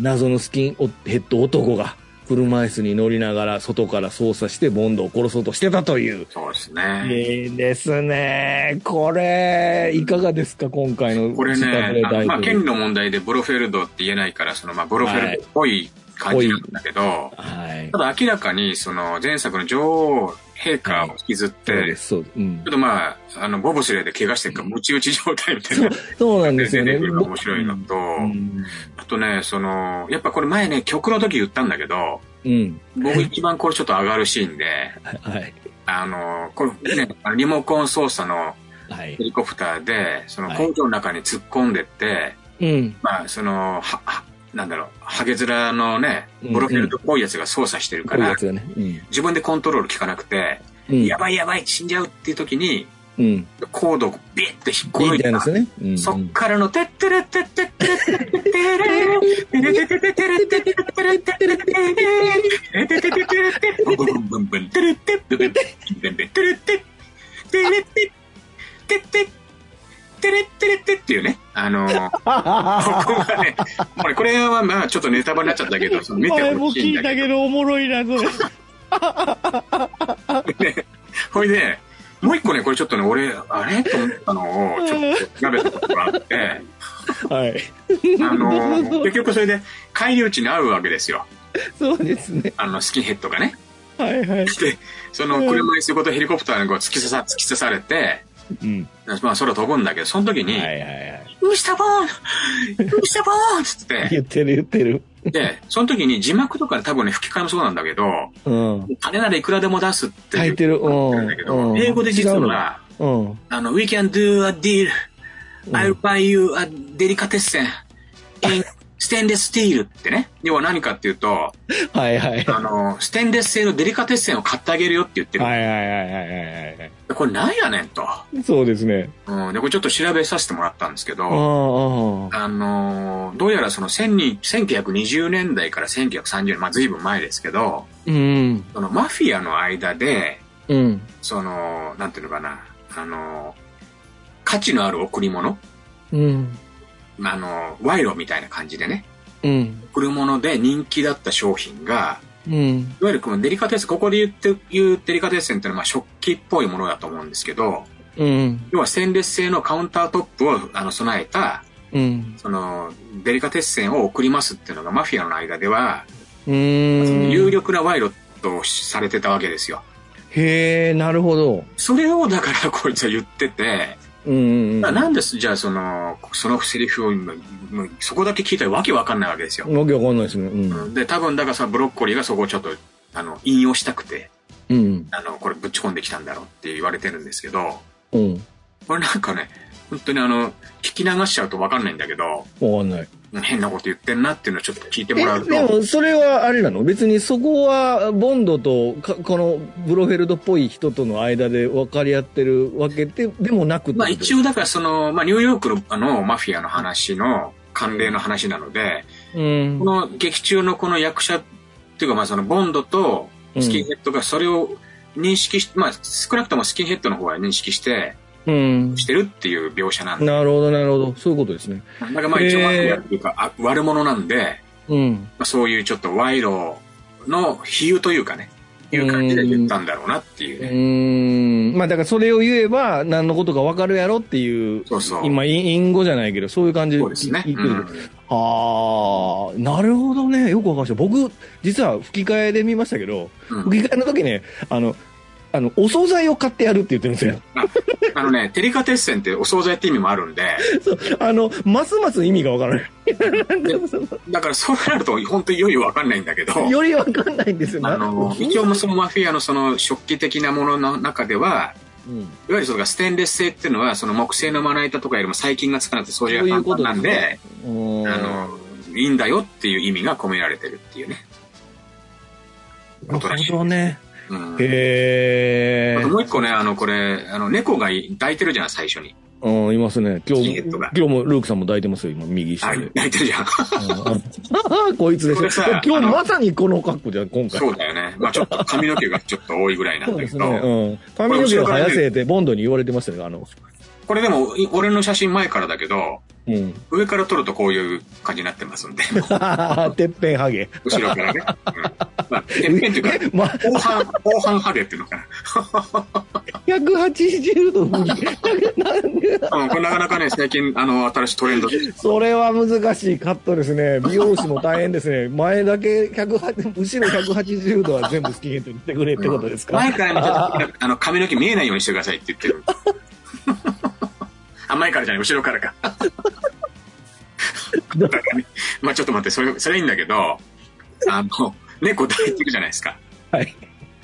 Speaker 1: 謎のスキンヘッド男が、車椅子に乗りながら外から操作してボンドを殺そうとしてたという。
Speaker 2: そうですね。
Speaker 1: いいですね。これ、いかがですか今回の
Speaker 2: これ
Speaker 1: 自宅で
Speaker 2: ね、あのまあ、
Speaker 1: 大
Speaker 2: 権利
Speaker 1: 統領
Speaker 2: の問題でブロフェルドって言えないから、その、まあ、ブロフェルドっぽい感じなんだけど、
Speaker 1: はい
Speaker 2: た。だ明らかに、その、前作の女王陛下を引きずって、
Speaker 1: そうで
Speaker 2: ち
Speaker 1: す、そうです。うん
Speaker 2: ょっとまあ、あの、ボブスレーで怪我してるから、ムチ打ち状態みたい
Speaker 1: そ
Speaker 2: な
Speaker 1: う。そうなんです
Speaker 2: 出
Speaker 1: よね。
Speaker 2: てくるのが面白いのと、
Speaker 1: うん
Speaker 2: あとね、その、やっぱこれ前ね、曲の時言ったんだけど、
Speaker 1: うん。
Speaker 2: 僕一番これちょっと上がるシーンで、
Speaker 1: はい。
Speaker 2: あの、これね、あのリモコン操作の
Speaker 1: はい
Speaker 2: ヘ。リコプターで、その
Speaker 1: はい
Speaker 2: 工場の中に突っ込んでって、
Speaker 1: うん。
Speaker 2: まあ、その、は、は、なんだろう、ハゲ面のね、
Speaker 1: うん
Speaker 2: ブロフィールドっぽいやつが操作してる
Speaker 1: こ
Speaker 2: か
Speaker 1: ういう
Speaker 2: ら
Speaker 1: や、つがね。うん
Speaker 2: 自分でコントロール効かなくて、
Speaker 1: うん。
Speaker 2: やばいやばい、死んじゃうっていう時に、
Speaker 1: うん。
Speaker 2: コードをビッて引っこ
Speaker 1: いい
Speaker 2: 抜
Speaker 1: み
Speaker 2: い
Speaker 1: た
Speaker 2: た
Speaker 1: いなんですよね。うん
Speaker 2: そっからの、てってれってってってれってってれてれてててれてててれてててれててててれてブンブンブンブンてれててててれててててれててててれてててっていうね、あの、ここがね、これはまあちょっとネタバレになっちゃったけど、その見て
Speaker 1: 前も
Speaker 2: ほし
Speaker 1: 聞
Speaker 2: いん
Speaker 1: い
Speaker 2: だ
Speaker 1: た
Speaker 2: け
Speaker 1: けど、おもろいな、それ。
Speaker 2: どね。 (laughs) ほいで、もう一個ね、これちょっとね、俺、あれと思ったのを、ちょっと調べたことがあ
Speaker 1: (laughs)
Speaker 2: って、
Speaker 1: (laughs) はい。
Speaker 2: あの、結局それで、返り討ちに会うわけですよ。
Speaker 1: そうですね。
Speaker 2: あの、スキンヘッドがね。
Speaker 1: はいはい。
Speaker 2: で、その
Speaker 1: うん
Speaker 2: 車椅子ごとヘリコプターにこう突き刺さ、突き刺されて、
Speaker 1: うん。
Speaker 2: まあ空飛ぶんだけど、その時
Speaker 1: は
Speaker 2: に
Speaker 1: い、はいはい。
Speaker 2: ミスターボーンミスターボーンつって
Speaker 1: 言ってる言ってる。
Speaker 2: て、で、その時に字幕とか多分ね、吹き替えもそうなんだけど、
Speaker 1: うん。
Speaker 2: 金ならいくらでも出すっていう。
Speaker 1: 書いてる。うん。
Speaker 2: だけ
Speaker 1: う
Speaker 2: ど、
Speaker 1: ん
Speaker 2: 英語で実。は、
Speaker 1: 違うの
Speaker 2: あの、we can do a deal,
Speaker 1: うん。
Speaker 2: I'll buy you a delicatessen in stainless steel ってね。要は何かっていうと、
Speaker 1: はいはい。
Speaker 2: あの、ステンレス製のデリカテッセンを買ってあげるよって言ってる。
Speaker 1: はいはいはいはいはいは
Speaker 2: これなんやねんと。
Speaker 1: い。そうですね。
Speaker 2: うん、で、これちょっと調べさせてもらったんですけ
Speaker 1: ああ、あ
Speaker 2: ど、あのーどうやらその1000に1920年代から1930年、まあ随分前ですけど、
Speaker 1: あ。うん。
Speaker 2: そのマフィアの間で、
Speaker 1: うん。
Speaker 2: その、なんていうのかな、あのー価値のある贈り物、
Speaker 1: うん。
Speaker 2: あのー賄賂みたいな感じでね、
Speaker 1: うん。
Speaker 2: 贈り物で人気だった商品が、
Speaker 1: うん。
Speaker 2: いわゆるこのデリカテッセン、ここで言って、言うデリカテッセンっていうのはまあ食器っぽいものだと思うんですけど、
Speaker 1: うん。
Speaker 2: 要はステンレス製のカウンタートップをあの備えた、
Speaker 1: うん。
Speaker 2: その、デリカテッセンを送りますっていうのがマフィアの間では、
Speaker 1: うん。
Speaker 2: 有力な賄賂とされてたわけですよ。
Speaker 1: へえ、なるほど。
Speaker 2: それをだからこいつは言ってて、
Speaker 1: うんうんうん。
Speaker 2: だからなんです、じゃあその、そのセリフを、もうそこだけ聞いたらわけわかんないわけですよ。
Speaker 1: わけわかんないですね。うん。
Speaker 2: で、多分だからさ、ブロッコリーがそこをちょっと、あの、引用したくて、
Speaker 1: うん。
Speaker 2: あの、これぶち込んできたんだろうって言われてるんですけど、
Speaker 1: うん。
Speaker 2: これなんかね、本当にあの、聞き流しちゃうとわかんないんだけど、
Speaker 1: わかんない。
Speaker 2: 変なこと言ってんなっていうのをちょっと聞いて
Speaker 1: え、
Speaker 2: もらうと。
Speaker 1: でも、それはあれなの別にそこは、ボンドとか、このブロフェルドっぽい人との間で分かり合ってるわけででもなく
Speaker 2: まあ一
Speaker 1: 応、
Speaker 2: 応だからその、まあニューヨークのあのマフィアの話の関連の話なので、
Speaker 1: うん
Speaker 2: こ。の劇中のこの役者っていうかまあそのボンドとスキンヘッドがそれを認識し、まあ少なくともスキンヘッドの方は認識して、
Speaker 1: うん。
Speaker 2: してるっていう描写なんで。
Speaker 1: なるほど、なるほど。そういうことですね。
Speaker 2: だからまあ一応
Speaker 1: へー
Speaker 2: マフィアっていうか、あ悪者なんで、
Speaker 1: うん。
Speaker 2: まあそういうちょっと賄賂の比喩というかね、いう感じで言ったんだろうなっていう
Speaker 1: う
Speaker 2: ね。
Speaker 1: ーん。まあだからそれを言えば何のことか分かるやろっていう、
Speaker 2: そうそう。
Speaker 1: 今、イン語じゃないけど、そういう感じで
Speaker 2: そうですね。
Speaker 1: 言って
Speaker 2: う
Speaker 1: る。
Speaker 2: ん
Speaker 1: ああ、なるほどね。よくわかりました。僕、実は吹き替えで見ましたけど、
Speaker 2: うん
Speaker 1: 吹き替えの時ね、あの、あの、お惣菜を買ってやるって言ってるんですよ。
Speaker 2: あのね、テリカテッセンってお惣菜って意味もあるんで、 (laughs)
Speaker 1: そう (laughs) あの、ますます意味がわからない。
Speaker 2: だからそうなると本当によりわかんないんだけど、 (laughs)
Speaker 1: よりわかんないんですよ。
Speaker 2: あの、一応
Speaker 1: う
Speaker 2: もそのマフィアのその食器的なものの中では、
Speaker 1: ん、
Speaker 2: いわゆるそれがステンレス製っていうのは、その木製のまな板とかよりも細菌がつかなくて掃除が簡単なんで、
Speaker 1: そういうことですね
Speaker 2: あの、いいんだよっていう意味が込められてるっていうね。
Speaker 1: なるほどね。
Speaker 2: うん
Speaker 1: へ
Speaker 2: あ
Speaker 1: え
Speaker 2: と。もう一個ね、あの、これ、あの、猫がい抱いてるじゃん、最初に。
Speaker 1: うん、いますね。今
Speaker 2: スキンヘ
Speaker 1: 日
Speaker 2: ッ
Speaker 1: も
Speaker 2: ドが、
Speaker 1: 今日もルークさんも抱いてますよ、今、右下
Speaker 2: あ
Speaker 1: で。うん
Speaker 2: 抱いてるじゃん。 (laughs)
Speaker 1: ああ、こいつで
Speaker 2: これ
Speaker 1: す
Speaker 2: さ
Speaker 1: ね。今
Speaker 2: あ
Speaker 1: 日
Speaker 2: の
Speaker 1: まさにこの格好じゃん、今回。
Speaker 2: そうだよね。まあちょっと髪の毛がちょっと多いぐらいなんだけど、
Speaker 1: うん。髪の毛を生やせってボンドに言われてましたね、あの。
Speaker 2: これでも、い俺の写真前からだけど、
Speaker 1: うん。
Speaker 2: 上から撮るとこういう感じになってますんで、
Speaker 1: てっぺんハゲ。 (laughs)
Speaker 2: 後ろからね。うんまあ、てっぺんっていうか、
Speaker 1: まあ、
Speaker 2: 後半、後半春やってるのか
Speaker 1: 180度なんで
Speaker 2: な。うん、これなかなかね、最近、あの、新しいトレンドで。
Speaker 1: それは難しいカットですね。美容師も大変ですね。前だけ180、後ろ180度は全部スキンヘッドにしてくれってことですか。
Speaker 2: 前から見た時あの、髪の毛見えないようにしてくださいって
Speaker 1: (laughs)
Speaker 2: 言ってる。あ、前からじゃない、後ろか
Speaker 1: (laughs)
Speaker 2: らか。だからねまあちょっと待って、それ、それいいんだけど、あの、猫抱いてるじゃないですか。
Speaker 1: はい。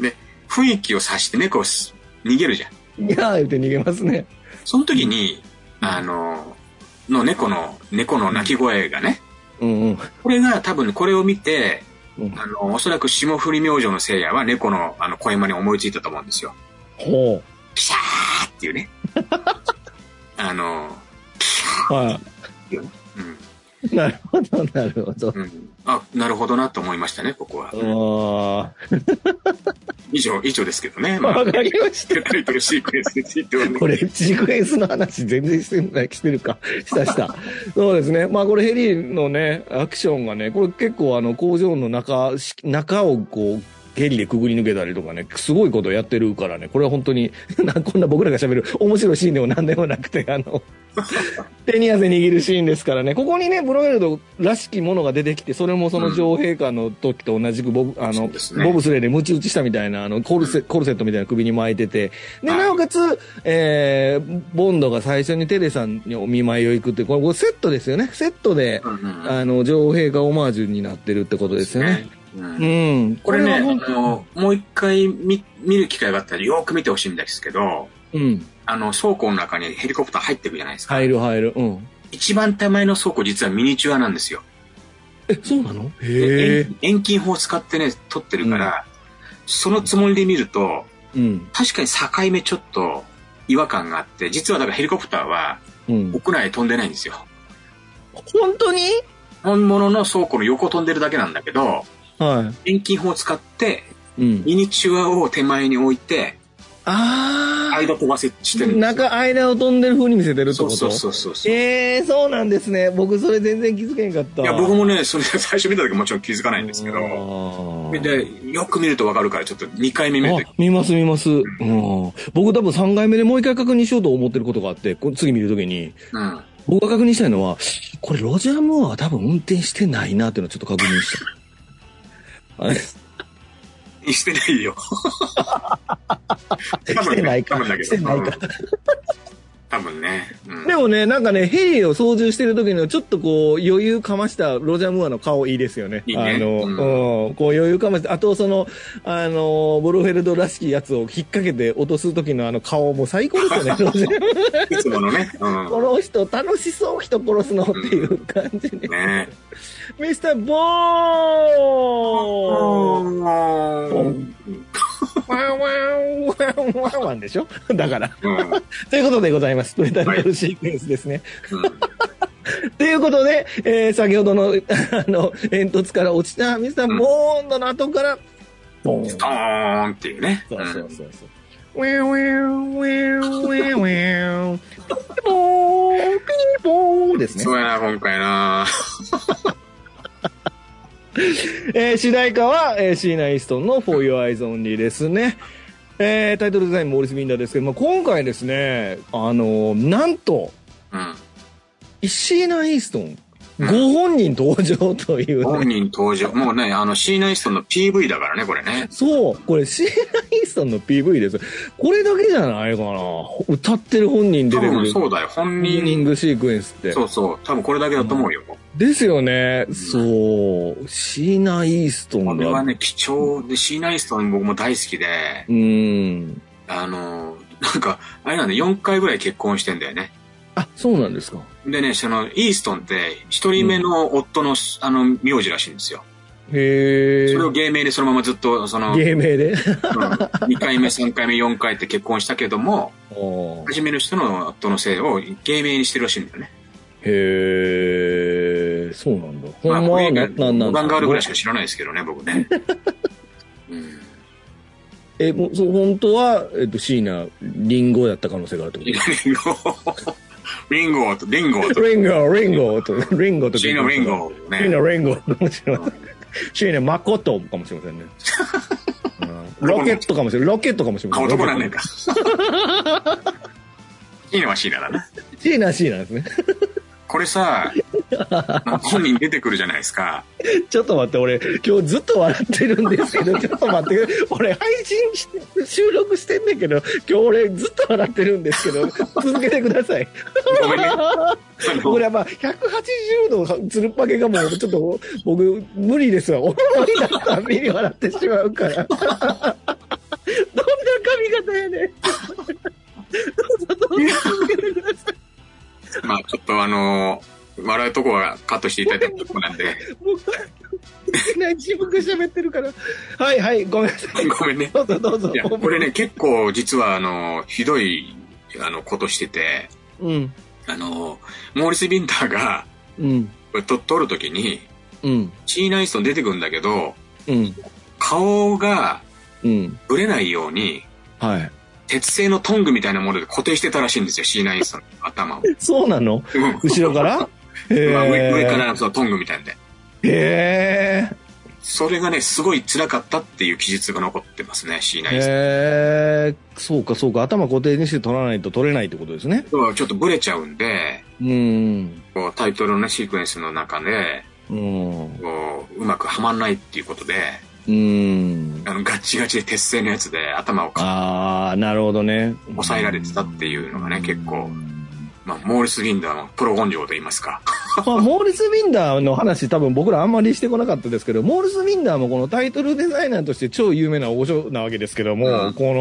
Speaker 2: で、雰囲気を察して猫をす逃げるじゃん。
Speaker 1: いやー言って逃げますね。
Speaker 2: その時に、あの、の猫の、猫の鳴き声がね、
Speaker 1: うんうん。
Speaker 2: これが多分これを見て、
Speaker 1: うん
Speaker 2: あの、おそらく霜降り明星の聖夜は猫のあの声真似を思いついたと思うんですよ。
Speaker 1: ほ
Speaker 2: ピシャーっていうね。 (laughs) あの、
Speaker 1: う。は
Speaker 2: うん、
Speaker 1: い。なるほど、なるほど。
Speaker 2: うん。あ、なるほどなと思いましたね、ここは。
Speaker 1: あ
Speaker 2: 以上、以上ですけどね。
Speaker 1: あ、
Speaker 2: ま (laughs)
Speaker 1: わ、
Speaker 2: あ
Speaker 1: かりました。
Speaker 2: タイトルシークエンスについては
Speaker 1: (laughs)
Speaker 2: ね。
Speaker 1: これ、シークエンスの話全然してない、してるか。 (laughs) したした。そうですね。まあこれヘリのね、アクションがね、これ結構あの工場の中、し中をこう、ヘリでくぐり抜けたりとかね、すごいことやってるからね、これは本当に、 (laughs) なこんな僕らが喋る面白いシーンでも何でもなくて、あ
Speaker 2: (laughs)
Speaker 1: の、手に汗握るシーンですからね、ここにね、ブロメルドらしきものが出てきて、それもその女王陛下の時と同じくボブ、あ
Speaker 2: そ
Speaker 1: の、
Speaker 2: うですね
Speaker 1: ボブスレーでムチ打ちしたみたいな、あの、コルセコルセットみたいな首に巻いてて、で、
Speaker 2: はい
Speaker 1: なおかつ、えー、ボンドが最初にテレさんにお見舞いを行くって、これこれセットですよね。セットで
Speaker 2: う、んうん
Speaker 1: あの、女王陛下オマージュになってるってことですよね。
Speaker 2: う
Speaker 1: う
Speaker 2: ん
Speaker 1: ん。
Speaker 2: これね、
Speaker 1: は
Speaker 2: あ
Speaker 1: 本当
Speaker 2: の、もう一回見、見る機会があったらよーく見てほしいんですけど、
Speaker 1: うん。
Speaker 2: あの、倉庫の中にヘリコプター入ってるじゃないですか。
Speaker 1: 入る入る。うん。
Speaker 2: 一番手前の倉庫実はミニチュアなんですよ。
Speaker 1: え、そうなの
Speaker 2: で
Speaker 1: へえ。
Speaker 2: 遠遠近法を使ってね、撮ってるから、そのつもりで見ると、
Speaker 1: うん。
Speaker 2: 確かに境目ちょっと違和感があって、実はだからヘリコプターは
Speaker 1: うん。
Speaker 2: 屋内飛んでないんですよ。
Speaker 1: 本当に
Speaker 2: 本物の倉庫の横飛んでるだけなんだけど、
Speaker 1: は
Speaker 2: 遠近法を使って、
Speaker 1: い。うん。
Speaker 2: ミニチュアを手前に置いて、
Speaker 1: あ
Speaker 2: 間飛ばせしてるん
Speaker 1: ー。
Speaker 2: ですよ。
Speaker 1: 中、間を飛んでる風に見せてるって
Speaker 2: そ
Speaker 1: こ
Speaker 2: う
Speaker 1: と
Speaker 2: そうそうそうそう。
Speaker 1: えー、そうなんですね。僕それ全然気づけんかった。
Speaker 2: いや、僕もね、それ最初見た時もちろん気づかないんですけ
Speaker 1: あ
Speaker 2: ど、
Speaker 1: ー
Speaker 2: で、よく見るとわかるから、ちょっと2回目見る
Speaker 1: あ
Speaker 2: と、
Speaker 1: 見ます見ます。うん。僕多分3回目でもう一回確認しようと思ってることがあって、こ次見るときに、
Speaker 2: うん。
Speaker 1: 僕が確認したいのは、これロジャー・ムーアは多分運転してないなっていうのをちょっと確認した。あれ
Speaker 2: してないよ。
Speaker 1: (laughs)
Speaker 2: 多
Speaker 1: してないか
Speaker 2: 多分だけど。
Speaker 1: してないか
Speaker 2: うん多分ね。うん
Speaker 1: (laughs) でもね、なんかね、ヘリを操縦してる時のちょっとこう余裕かましたロジャー・ムーアの顔いいですよね。
Speaker 2: いいね
Speaker 1: あの、
Speaker 2: う
Speaker 1: うんん、こう余裕かました。あとその、あの、ボルフェルドらしきやつを引っ掛けて落とす時のあの顔も最高です (laughs) よね、ロジャー・ムーア
Speaker 2: いつものね。うん
Speaker 1: この人楽しそう人殺すのっていう感じね。
Speaker 2: ね
Speaker 1: ミスターボーン
Speaker 2: うん
Speaker 1: ワンワンワンワンワンでしょだから。
Speaker 2: うん
Speaker 1: ということでございます。プレタイトルシークエンスですね。
Speaker 2: うん
Speaker 1: ということで、えー先ほどの、あの、煙突から落ちたミスターボーンドの後から、ボーン。
Speaker 2: ドーンっていうね。
Speaker 1: そうそう
Speaker 2: うん
Speaker 1: そうそう。ウィンウィンウィンウィンウィン。ピーポーンピーポーンですね
Speaker 2: そ。うやな、今回な。
Speaker 1: えー主題歌は、えーシーナ・イーストンの For Your Eyes Only ですね。えータイトルデザインモーリス・ウィンダーですけど、まあ、今回ですね、あのーなんと、
Speaker 2: うん
Speaker 1: シーナ・イーストン、ご本人登場という、ね
Speaker 2: 本人登場。もうね、あの、シーナイストンの PV だからね、これね。
Speaker 1: そう、これシーナ・イーストンの PV です。これだけじゃないかな。歌ってる本人出
Speaker 2: 多
Speaker 1: てく
Speaker 2: 分
Speaker 1: る。
Speaker 2: そうだよ。本
Speaker 1: ミーニン
Speaker 2: 人。
Speaker 1: グシークエンスって。
Speaker 2: そうそう。多分これだけだと思うよ。
Speaker 1: ですよね。そう。シーナ・イーストン
Speaker 2: これは
Speaker 1: が。
Speaker 2: ね、貴重で、シーナイストン僕も大好きで
Speaker 1: う、ーん。
Speaker 2: あの、なんか、あれなんで4回ぐらい結婚してんだよね。
Speaker 1: あ、そうなんですか。
Speaker 2: でね、その、イーストンって、一人目の夫の、あの、名字らしいんですよ。
Speaker 1: へえ。
Speaker 2: それを芸名でそのままずっと、その、
Speaker 1: 芸名で。
Speaker 2: 2回目、3回目、4回って結婚したけども、
Speaker 1: おー
Speaker 2: 初めの人の夫の姓を芸名にしてるらしいんだよね。
Speaker 1: へえ、そうなんだ。ほんま
Speaker 2: こ
Speaker 1: は
Speaker 2: れ以
Speaker 1: な、な
Speaker 2: 外
Speaker 1: んなん
Speaker 2: 五番ガールぐらいし
Speaker 1: す
Speaker 2: か知らないですけどね、僕 (laughs) ね。うん。
Speaker 1: え、もう、そう、本当は、えっと、椎名、リンゴだった可能性があるってこ
Speaker 2: リンゴ、リンゴと、リンゴ
Speaker 1: と
Speaker 2: と、
Speaker 1: リンゴ、リンゴと、リンゴと。
Speaker 2: シーナ・リンゴね。
Speaker 1: 椎名リンゴ。もちろん。主演ね、誠かもしれません
Speaker 2: (laughs)
Speaker 1: ね。うんロケットかもしれん、ロケットかもしれませ
Speaker 2: 顔
Speaker 1: ん。
Speaker 2: とこ (laughs) なんねんか。いいのはシーナだな。
Speaker 1: C な C なんですね。
Speaker 2: これさ、本人出てくるじゃないですか。
Speaker 1: ちょっと待って、俺、今日ずっと笑ってるんですけ
Speaker 2: (laughs)
Speaker 1: ど、ちょっと待って、俺、配信し収録してんねんけど、今日俺、ずっと笑ってるんですけど、続けてください。
Speaker 2: ご (laughs) めんね。
Speaker 1: これはまあ、180度つるっぱげがもう、ちょっと、僕、無理ですわ。思いだったら目に笑ってしまうから。どんな髪型やねん。どうぞどうぞ続けてください。
Speaker 2: まあちょっとあのー笑うとこはカットしていただいたとこなんで、
Speaker 1: 僕は、ない自分が喋ってるから。はいはい、ごめんなさい。
Speaker 2: ごめんね。
Speaker 1: どうぞどうぞ (laughs)
Speaker 2: いや、。これね、結構実はあのーひどい、あの、ことしてて、
Speaker 1: うん。
Speaker 2: あのーモーリス・ビンターが、
Speaker 1: うん。
Speaker 2: これと撮るときに、
Speaker 1: うん。
Speaker 2: シーナ・イーストン出てくるんだけど、
Speaker 1: うん。
Speaker 2: 顔が
Speaker 1: うん。
Speaker 2: ぶれないように、
Speaker 1: はい。
Speaker 2: 鉄製のトングみたいなもので固定してたらしいんですよ、シーナ・イーストンの頭を。
Speaker 1: そうなの
Speaker 2: うん
Speaker 1: 後ろからへ
Speaker 2: まあ (laughs) 上上か
Speaker 1: え。
Speaker 2: らそのトングみたいなんで。
Speaker 1: へえ。
Speaker 2: それがね、すごい辛かったっていう記述が残ってますね、シーナ・イーストン
Speaker 1: へえ。そうかそうか。頭固定にして取らないと取れないってことですね。
Speaker 2: 要はちょっとブレちゃうんで、
Speaker 1: うん。
Speaker 2: こうタイトルのねシークエンスの中で、
Speaker 1: うん。
Speaker 2: こう、うまくはまんないっていうことで、
Speaker 1: うん。
Speaker 2: あの、ガッチガチで鉄製のやつで頭をか、
Speaker 1: ああ、なるほどね。
Speaker 2: 抑えられてたっていうのがね結構まあ、モーリス・ギンダーのプロ根性と言いますか。
Speaker 1: まあ、モーリス・ウィンダーの話、多分僕らあんまりしてこなかったですけど、モーリス・ウィンダーもこのタイトルデザイナーとして超有名な大御所なわけですけども、
Speaker 2: うん
Speaker 1: こ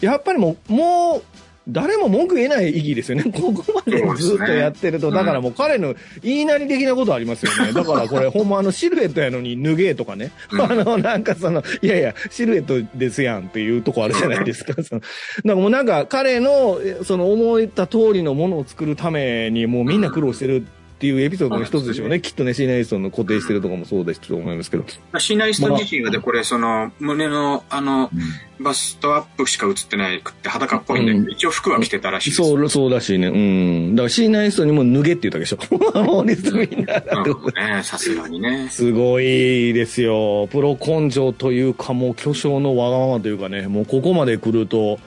Speaker 1: の、やっぱりもう、もう、誰も文句言えない意義ですよね。 (laughs) ここまでずっとやってると、
Speaker 2: そうですね
Speaker 1: だからもう彼の言いなり的なことありますよね。だからこれ、ほんまあのシルエットやのに脱げとかね。
Speaker 2: うん
Speaker 1: (laughs) あの、なんかその、いやいや、シルエットですやんっていうとこあるじゃないですか。そのなんかもうなんか彼の、えその思った通りのものを作るために、もうみんな苦労してるっていうエピソードの一つでしょうね。きっとね、シーナイソンの固定してるとかもそうですと思いますけど。
Speaker 2: シーナイスト自身はで、これ、その、胸の、あの、バストアップしか映ってないくって裸っぽいんで、
Speaker 1: うん
Speaker 2: 一応服は着てたらしいです。
Speaker 1: そう、そうだしね。うん。だからシーナイソンにも脱げって言ったでしょ。モーリス・ウィンダーだ
Speaker 2: な
Speaker 1: って
Speaker 2: る
Speaker 1: こと
Speaker 2: ほどね、さすがに
Speaker 1: (laughs)
Speaker 2: ね。
Speaker 1: すごいですよ。プロ根性というか、もう巨匠のわがままというかね、もうここまで来ると、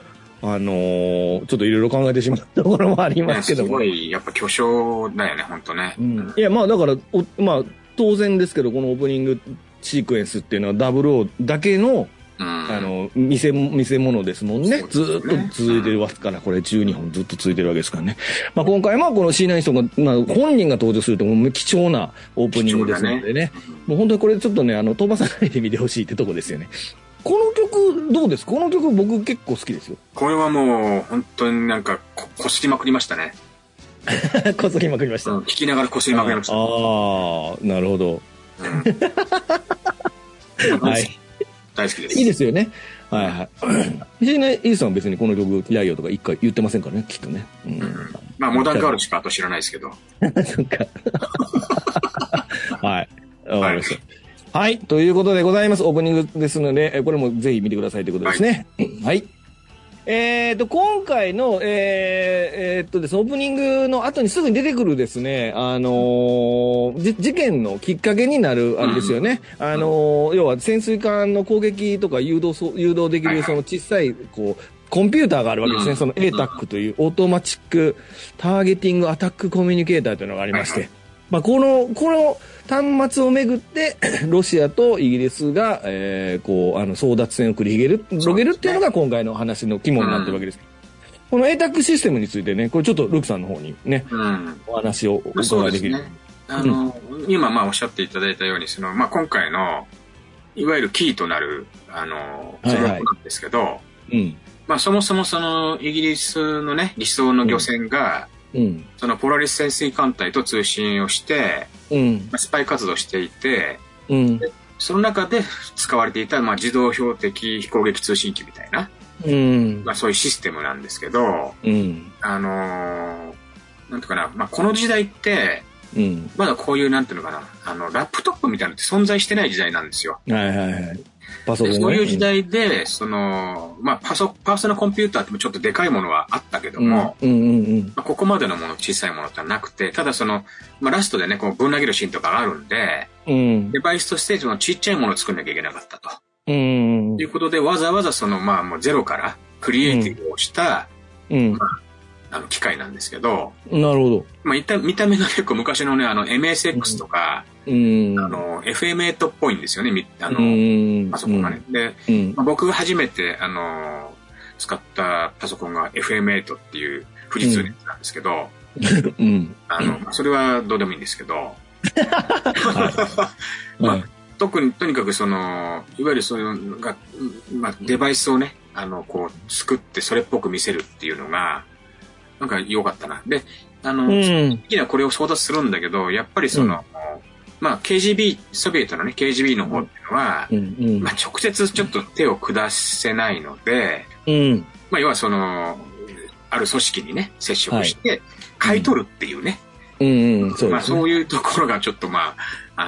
Speaker 1: あのーちょっといろいろ考えてしまうところもありま
Speaker 2: ね
Speaker 1: すけ
Speaker 2: す
Speaker 1: ども。
Speaker 2: ごい、やっぱ巨匠だよね、ほんとね。
Speaker 1: うん、いや、まあだから、おまあ当然ですけど、このオープニングシークエンスっていうのは00だけの、
Speaker 2: うん。
Speaker 1: あの、見せ、見せ物ですもんね。ず
Speaker 2: そうですね
Speaker 1: ーっと続いてるわけから、これ12本ずっと続いてるわけですからね。まあ今回もこのシーナイソンが、まあ本人が登場するともう貴重なオープニングですの
Speaker 2: 貴
Speaker 1: でね。もう本当にこれちょっとね、あの、飛ばさないで見てほしいってとこですよね。この曲どうですこの曲僕結構好きですよ。 (laughs)
Speaker 2: これはもう、本当になんかこ、こすりまくりましたね。
Speaker 1: こそぎまくりました。
Speaker 2: うん聞きながらこすりまくりまし
Speaker 1: あ
Speaker 2: た。
Speaker 1: あ、なるほど。
Speaker 2: うん
Speaker 1: (laughs) はい。
Speaker 2: 大好きです。
Speaker 1: いいですよね。はいはい。シーナイソンは別にこの曲嫌いよとか一回言ってませんからね、きっとね。うん
Speaker 2: うんまあ、モダンガールしかあと知らないですけど。
Speaker 1: そっ (laughs) か。はい。わかりました。はい。ということでございます。オープニングですので、えこれもぜひ見てくださいということですね。はい。えっと、今回の、えーえーっとですね、オープニングの後にすぐに出てくるですね、あのーじ事件のきっかけになる、あれですよね。あのー要は潜水艦の攻撃とか誘導そ、誘導でき
Speaker 2: はいは
Speaker 1: る、
Speaker 2: い
Speaker 1: その小さい、こう、コンピューターがあるわけですね。
Speaker 2: うん
Speaker 1: その ATAC というオートマチックターゲティングアタックコミュニケーターというのがありまし
Speaker 2: は
Speaker 1: て、まあ、この、この端末をめぐって、 (coughs) ロシアとイギリスが、えーこう、あの、争奪戦を繰り広げる、広げるっていうのが今回の話の肝になってるわけです。この ATAC システムについてね、これちょっとルクさんの方にね、
Speaker 2: うん。
Speaker 1: お話をお
Speaker 2: まあ、そ
Speaker 1: 伺
Speaker 2: う
Speaker 1: い
Speaker 2: で
Speaker 1: ですきる。
Speaker 2: ね。あの、今、まあ、おっしゃっていただいたように、その、まあ、今回の、いわゆるキーとなる、あの、
Speaker 1: はいはい
Speaker 2: そのなんですけど、
Speaker 1: うん。
Speaker 2: まあ、そもそもその、イギリスのね、理想の漁船が、
Speaker 1: うん。
Speaker 2: その、ポラリス潜水艦隊と通信をして、
Speaker 1: うん。
Speaker 2: まあスパイ活動していて、
Speaker 1: うん。
Speaker 2: その中で使われていた、まあ、自動標的飛行撃通信機みたいな、
Speaker 1: うん
Speaker 2: ま。あ、そういうシステムなんですけど、
Speaker 1: うん。
Speaker 2: あのーなんていうかな、まあ、この時代って、
Speaker 1: うん。
Speaker 2: まだこういう、なんていうのかな、あの、ラップトップみたいなのって存在してない時代なんですよ。
Speaker 1: はいはいはい。パソコン
Speaker 2: で
Speaker 1: ね
Speaker 2: そういう時代で、その、まあ、パソ、パーソナルコンピューターってもちょっとでかいものはあったけど
Speaker 1: うん、う
Speaker 2: も、
Speaker 1: んうんうん
Speaker 2: まあここまでのもの、小さいものってのはなくて、ただその、まあ、ラストでね、こうぶん投げるシーンとかがあるんで、
Speaker 1: うん
Speaker 2: デバイスとしてそのちっちゃいものを作んなきゃいけなかったと。
Speaker 1: うん
Speaker 2: ということで、わざわざその、まあもうゼロからクリエイティブをした、
Speaker 1: うん
Speaker 2: あの機械なんですけど、
Speaker 1: なるほど
Speaker 2: まあ、いった見た目が結構昔のね、あの MSX とか、
Speaker 1: うん
Speaker 2: あの FM8 っぽいんですよね、みあの、
Speaker 1: うん
Speaker 2: パソコンがね。で、
Speaker 1: うん
Speaker 2: まあ、僕が初めて、あの、使ったパソコンが FM8 っていう富士通のやつなんですけど、
Speaker 1: うん
Speaker 2: あの、まあそれはどうでもいいんですけど、ま
Speaker 1: は
Speaker 2: あ
Speaker 1: い、
Speaker 2: 特に、とにかくその、いわゆるそのが、まあ、デバイスをね、あの、こう、作ってそれっぽく見せるっていうのが、なんか良かったな。で、あの、
Speaker 1: うん
Speaker 2: 的にはこれを争奪するんだけど、やっぱりその、まあ、KGB、ソビエトのね、KGB の方っていうのは、
Speaker 1: うんうん
Speaker 2: まあ、直接ちょっと手を下せないので、
Speaker 1: うん
Speaker 2: まあ、要はその、ある組織にね、接触して、買い取るっていうね、
Speaker 1: うんうんそう
Speaker 2: ま
Speaker 1: で
Speaker 2: あ、
Speaker 1: すね
Speaker 2: そういうところがちょっとまあ、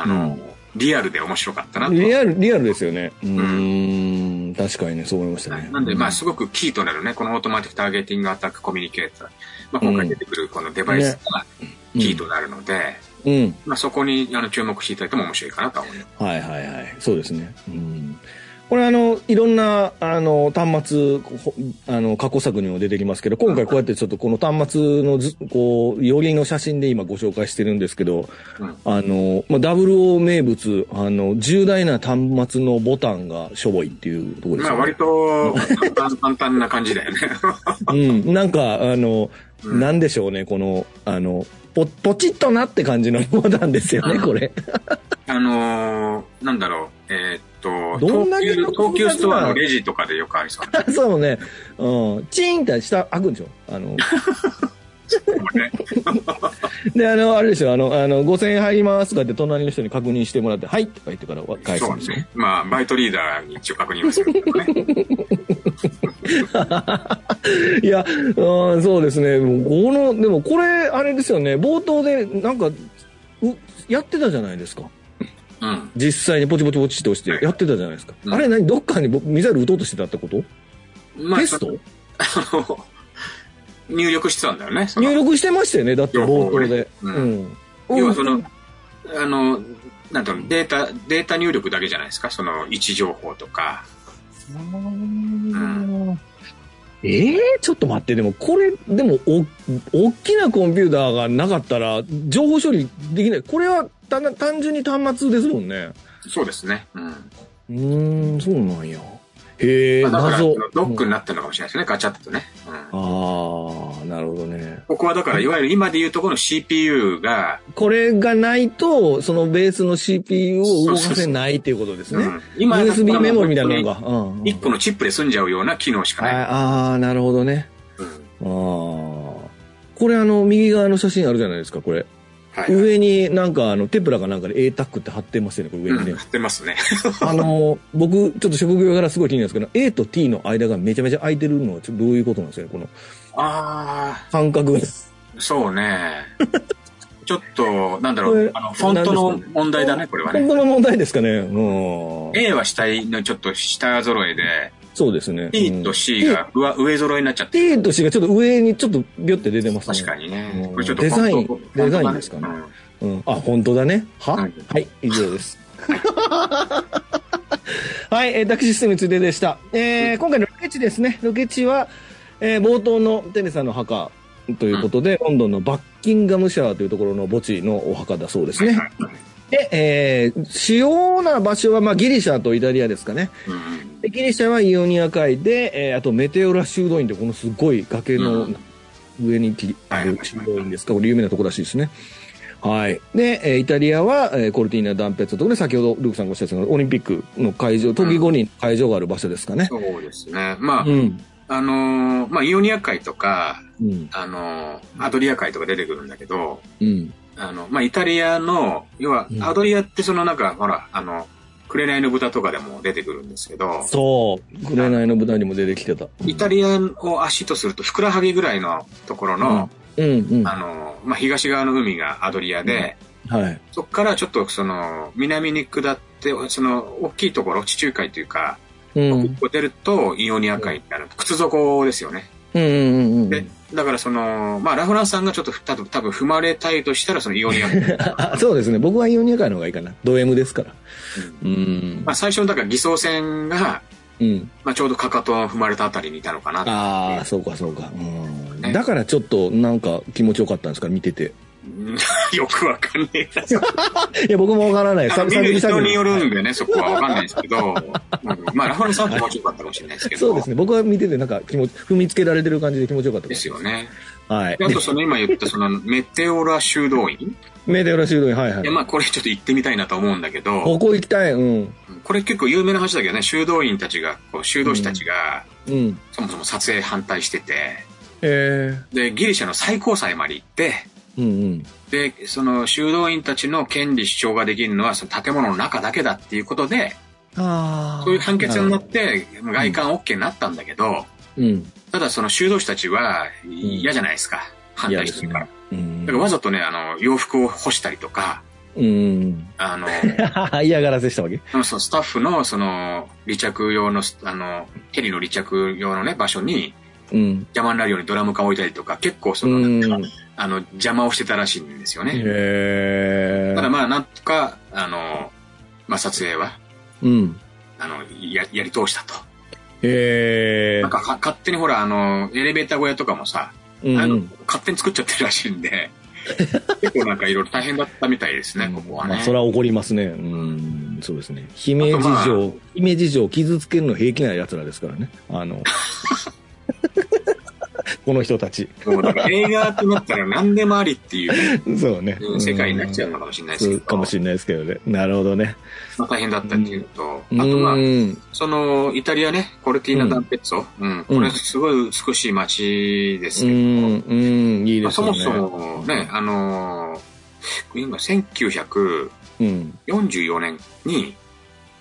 Speaker 2: あ
Speaker 1: う
Speaker 2: の、
Speaker 1: ん
Speaker 2: リアルで面白かったなと。
Speaker 1: リアルリアルですよねうーん確かにねそう思いましたね
Speaker 2: なんで、まあ、すごくキーとなるね、このオートマティックターゲティングアタックコミュニケーター、まあ、今回出てくるこのデバイスが
Speaker 1: うん
Speaker 2: キーとなるので、
Speaker 1: うん
Speaker 2: まあ、そこにあの注目していただいても面白いかなとは思います。
Speaker 1: はいはいはい。そうですね。うん。これあの、いろんな、あの、端末、こほあの、過去作にも出てきますけど、今回こうやってちょっとこの端末のず、こう、よりの写真で今ご紹介してるんですけど、
Speaker 2: うん
Speaker 1: あの、まあ、00名物、あの、重大な端末のボタンがしょぼいっていうところです
Speaker 2: まあ、
Speaker 1: よね
Speaker 2: 割。と簡単、簡単な感じだよね。 (laughs)
Speaker 1: うん。なんか、あの、
Speaker 2: うん
Speaker 1: なんでしょうね、この、あの、ポ、ポチッとなって感じのボタンですよね、これ。 (laughs)
Speaker 2: あのーなんだろう、えーっと、
Speaker 1: どんだ
Speaker 2: 東
Speaker 1: け
Speaker 2: 急、東急ストア
Speaker 1: 複雑な
Speaker 2: のレジとかでよくあり
Speaker 1: (laughs)
Speaker 2: そうな。
Speaker 1: そうね。うん。チーンって下開くんでしょあの、
Speaker 2: ね、
Speaker 1: で、あの、あれでしょ、あの、あの、5000円入りますとかって隣の人に確認してもらって、はいとか言ってから返す
Speaker 2: そ
Speaker 1: ん
Speaker 2: う
Speaker 1: で
Speaker 2: ですす
Speaker 1: よ。
Speaker 2: ね。まあ、バイトリーダーに一応確認をするけどね。
Speaker 1: いや、うん、そうですね。もうこの、でもこれ、あれですよね、冒頭で、なんか、うやってたじゃないですか。
Speaker 2: うん。
Speaker 1: 実際にポチポチポチって押し
Speaker 2: は
Speaker 1: て、
Speaker 2: い
Speaker 1: やってたじゃないですか。
Speaker 2: うん
Speaker 1: あれ何どっかにぼミサイル撃とうとしてたってこと、
Speaker 2: まあ、
Speaker 1: テスト
Speaker 2: その (laughs) 入力してたんだよね。その
Speaker 1: 入力してましたよね、だって冒頭で。
Speaker 2: う
Speaker 1: うんん。
Speaker 2: 要はその、あの、なんだろう、データ、データ入力だけじゃないですか、その位置情報とか。ん
Speaker 1: ええちょっと待って、でもこれ、でもお、大きなコンピューターがなかったら、情報処理できない。これは単な単純に端末ですもんね。
Speaker 2: そうですね。うん。
Speaker 1: うーん、そうなんや。へえ、
Speaker 2: まあだから、
Speaker 1: 謎
Speaker 2: その。ロックになってるのかもしれないですね、ガチャッとね。うん。
Speaker 1: ああ、なるほどね。
Speaker 2: ここはだから、いわゆる今でいうとこの CPU が、
Speaker 1: これがないと、そのベースの CPU を動かせないっていうことです
Speaker 2: う
Speaker 1: ね。
Speaker 2: ん、今だったら
Speaker 1: USB メモリみたいなの
Speaker 2: 本
Speaker 1: が。うん
Speaker 2: 当
Speaker 1: う
Speaker 2: に
Speaker 1: ん
Speaker 2: 一個のチップで済んじゃうような機能しかない。
Speaker 1: ああー、なるほどね。
Speaker 2: うん
Speaker 1: ああ。これあの、右側の写真あるじゃないですか、これ。
Speaker 2: はいはい
Speaker 1: 上になんかあの、テプラかなんかで A タックって貼ってますよね、これ上に
Speaker 2: う
Speaker 1: ね
Speaker 2: ん、。貼ってますね。
Speaker 1: あの、僕、ちょっと職業からすごい気になるんですけど、A と T の間がめちゃめちゃ空いてるのはちょっとどういうことなんですかね、この
Speaker 2: あ
Speaker 1: 感覚が。
Speaker 2: あ、そうね。
Speaker 1: (laughs)
Speaker 2: ちょっと、なんだろ
Speaker 1: こ
Speaker 2: う
Speaker 1: れ、
Speaker 2: あの、フォントの
Speaker 1: 何ですかね
Speaker 2: 問題だね、これはね
Speaker 1: 本。当の問題ですかね。うん。
Speaker 2: A は下のちょっと下揃えで、
Speaker 1: そうですね。
Speaker 2: T と C が上上揃いになっちゃって、
Speaker 1: うん。T と C がちょっと上にちょっとビョって出てますね。
Speaker 2: 確かにね
Speaker 1: う。ん
Speaker 2: これちょっと
Speaker 1: デザイン
Speaker 2: フォト
Speaker 1: デザインですかね
Speaker 2: フォントが
Speaker 1: うん、あ、本当だね。は、
Speaker 2: はい
Speaker 1: はい、以上です。 (laughs) はい、えータクシステムについてでした。えー今回のロケ地ですね。ロケ地は、えー冒頭のテレサの墓ということで、ロンドンのバッキンガムシャーというところの墓地のお墓だそうです
Speaker 2: うん
Speaker 1: ね。
Speaker 2: はいはい
Speaker 1: で、えー主要な場所は、まあ、ギリシャとイタリアですかね。
Speaker 2: うん
Speaker 1: でギリシャはイオニア海で、えーあとメテオラ修道院ってこのすごい崖の
Speaker 2: うん
Speaker 1: 上にきある修道院ですか、これ有名なとこらしいですね。はい。で、えーイタリアは、えーコルティーナ断ペツのところで、先ほどルークさんがおっしゃってたようなオリンピックの会場、冬季五輪の会場がある場所ですかね。
Speaker 2: そうですね。まあ、
Speaker 1: うん。
Speaker 2: あのーまあ、イオニア海とか、
Speaker 1: うん。
Speaker 2: あのーアドリア海とか出てくるんだけど、
Speaker 1: うん。
Speaker 2: あの、まあ、イタリアの、要は
Speaker 1: う、ん
Speaker 2: アドリアってそのなんか、ほら、あの、紅の豚とかでも出てくるんですけど、
Speaker 1: そう。紅の豚にも出てきてた。
Speaker 2: イタリアを足とすると、ふくらはぎぐらいのところの、
Speaker 1: うんうん。
Speaker 2: あのー、まあ、東側の海がアドリアで、
Speaker 1: はい。
Speaker 2: そこからちょっとその南に下っで、その、大きいところ、地中海というか、
Speaker 1: うん。う
Speaker 2: こ
Speaker 1: ん
Speaker 2: こ出ると、イオニア海になる。靴底ですよね。
Speaker 1: うんうんう
Speaker 2: で
Speaker 1: ん。、
Speaker 2: だからその、まあ、ラフランスさんがちょっと、多分、多分踏まれたいとしたら、そのイオ
Speaker 1: (laughs)
Speaker 2: ニア海。
Speaker 1: あ、あそうですね。僕はイオニア海の方がいいかな。ド M ですから。
Speaker 2: うん
Speaker 1: うん
Speaker 2: まあ、。最初の、だから偽装船が、
Speaker 1: うん。
Speaker 2: まあ、ちょうどかかとを踏まれたあたりにいたのかな。
Speaker 1: ああ、そうかそうか。うん。
Speaker 2: ね
Speaker 1: だからちょっとなんか気持ちよかったんですか、見てて。
Speaker 2: うん (laughs) よくわかんねえな。
Speaker 1: いや、僕もわからない。
Speaker 2: あの
Speaker 1: サ
Speaker 2: 見る人によ
Speaker 1: る。
Speaker 2: るんでね、そこはわかんないですけど、うんまあ、ラファルさんは気持ちよかったかもしれないですけど、
Speaker 1: そうですね。僕は見ててなんか気持ち、踏みつけられてる感じで気持ちよかったで
Speaker 2: で
Speaker 1: すす。
Speaker 2: よね。
Speaker 1: はい
Speaker 2: で。あと、その今言った、その、メテオラ修道院。
Speaker 1: メデオラシードに、はいはい
Speaker 2: で、。まあ、これちょっと行ってみたいなと思うんだけど
Speaker 1: こ、こ行きたい。うん。
Speaker 2: これ結構有名な話だけどね、修道院たちが、こう修道士たちが、
Speaker 1: うん。
Speaker 2: そもそも撮影反対してて、
Speaker 1: え
Speaker 2: で、ギリシャの最高裁まで行って、
Speaker 1: え。うんうん。
Speaker 2: で、その修道院たちの権利主張ができるのはその建物の中だけだっていうことで、
Speaker 1: ああ。
Speaker 2: そういう判決になっ
Speaker 1: る
Speaker 2: て、外観 OK になったんだけど、
Speaker 1: ほど。うん。
Speaker 2: ただその修道士たちは嫌じゃないですか。反
Speaker 1: 嫌
Speaker 2: 対
Speaker 1: で
Speaker 2: して
Speaker 1: す
Speaker 2: るから。
Speaker 1: ね。うん
Speaker 2: だからわざとね、あの、洋服を干したりとか、
Speaker 1: うん。
Speaker 2: あの、
Speaker 1: (laughs) 嫌がらせしたわけ
Speaker 2: そのそのスタッフの、その、離着用の、あの、ヘリの離着用のね、場所に
Speaker 1: うん。
Speaker 2: 邪魔になるようにドラム缶を置いたりとか、結構その、
Speaker 1: うん。
Speaker 2: あの、邪魔をしてたらしいんですよね。
Speaker 1: へえ。
Speaker 2: ただまあ、なんとか、あの、まあ、撮影は、
Speaker 1: うん。
Speaker 2: あの、や、やり通したと。
Speaker 1: へえ。
Speaker 2: なんか、は勝手にほら、あの、エレベーター小屋とかもさ、
Speaker 1: うん
Speaker 2: あ
Speaker 1: う
Speaker 2: の
Speaker 1: ん。
Speaker 2: 勝手に作っちゃってるらしいんで、 (laughs) 結構なんかいろいろ大変だったみたいですね、ここは
Speaker 1: まあ
Speaker 2: ね。
Speaker 1: それは怒りますね。うん、そうですね。姫路
Speaker 2: あとまあ
Speaker 1: 城、姫路城を傷つけるの平気な奴らですからね。あの、 (laughs) この人たち。
Speaker 2: もうだから映画となったら何でもありっていう
Speaker 1: そうね。
Speaker 2: うん世界になっちゃうのかもしれないですけ
Speaker 1: そ
Speaker 2: ど、
Speaker 1: うかもしれないですけどね。なるほどね。
Speaker 2: まあ大変だったっていうのと、
Speaker 1: うん
Speaker 2: あとまあ、そのイタリアね、コルティーナ・ダンペッツォ、うんこれすごい美しい街です
Speaker 1: う
Speaker 2: けど、
Speaker 1: ん、うん、いい
Speaker 2: まあ
Speaker 1: です
Speaker 2: そ
Speaker 1: よ
Speaker 2: も
Speaker 1: ね。
Speaker 2: そもね、あのー今1944
Speaker 1: うん、
Speaker 2: 年に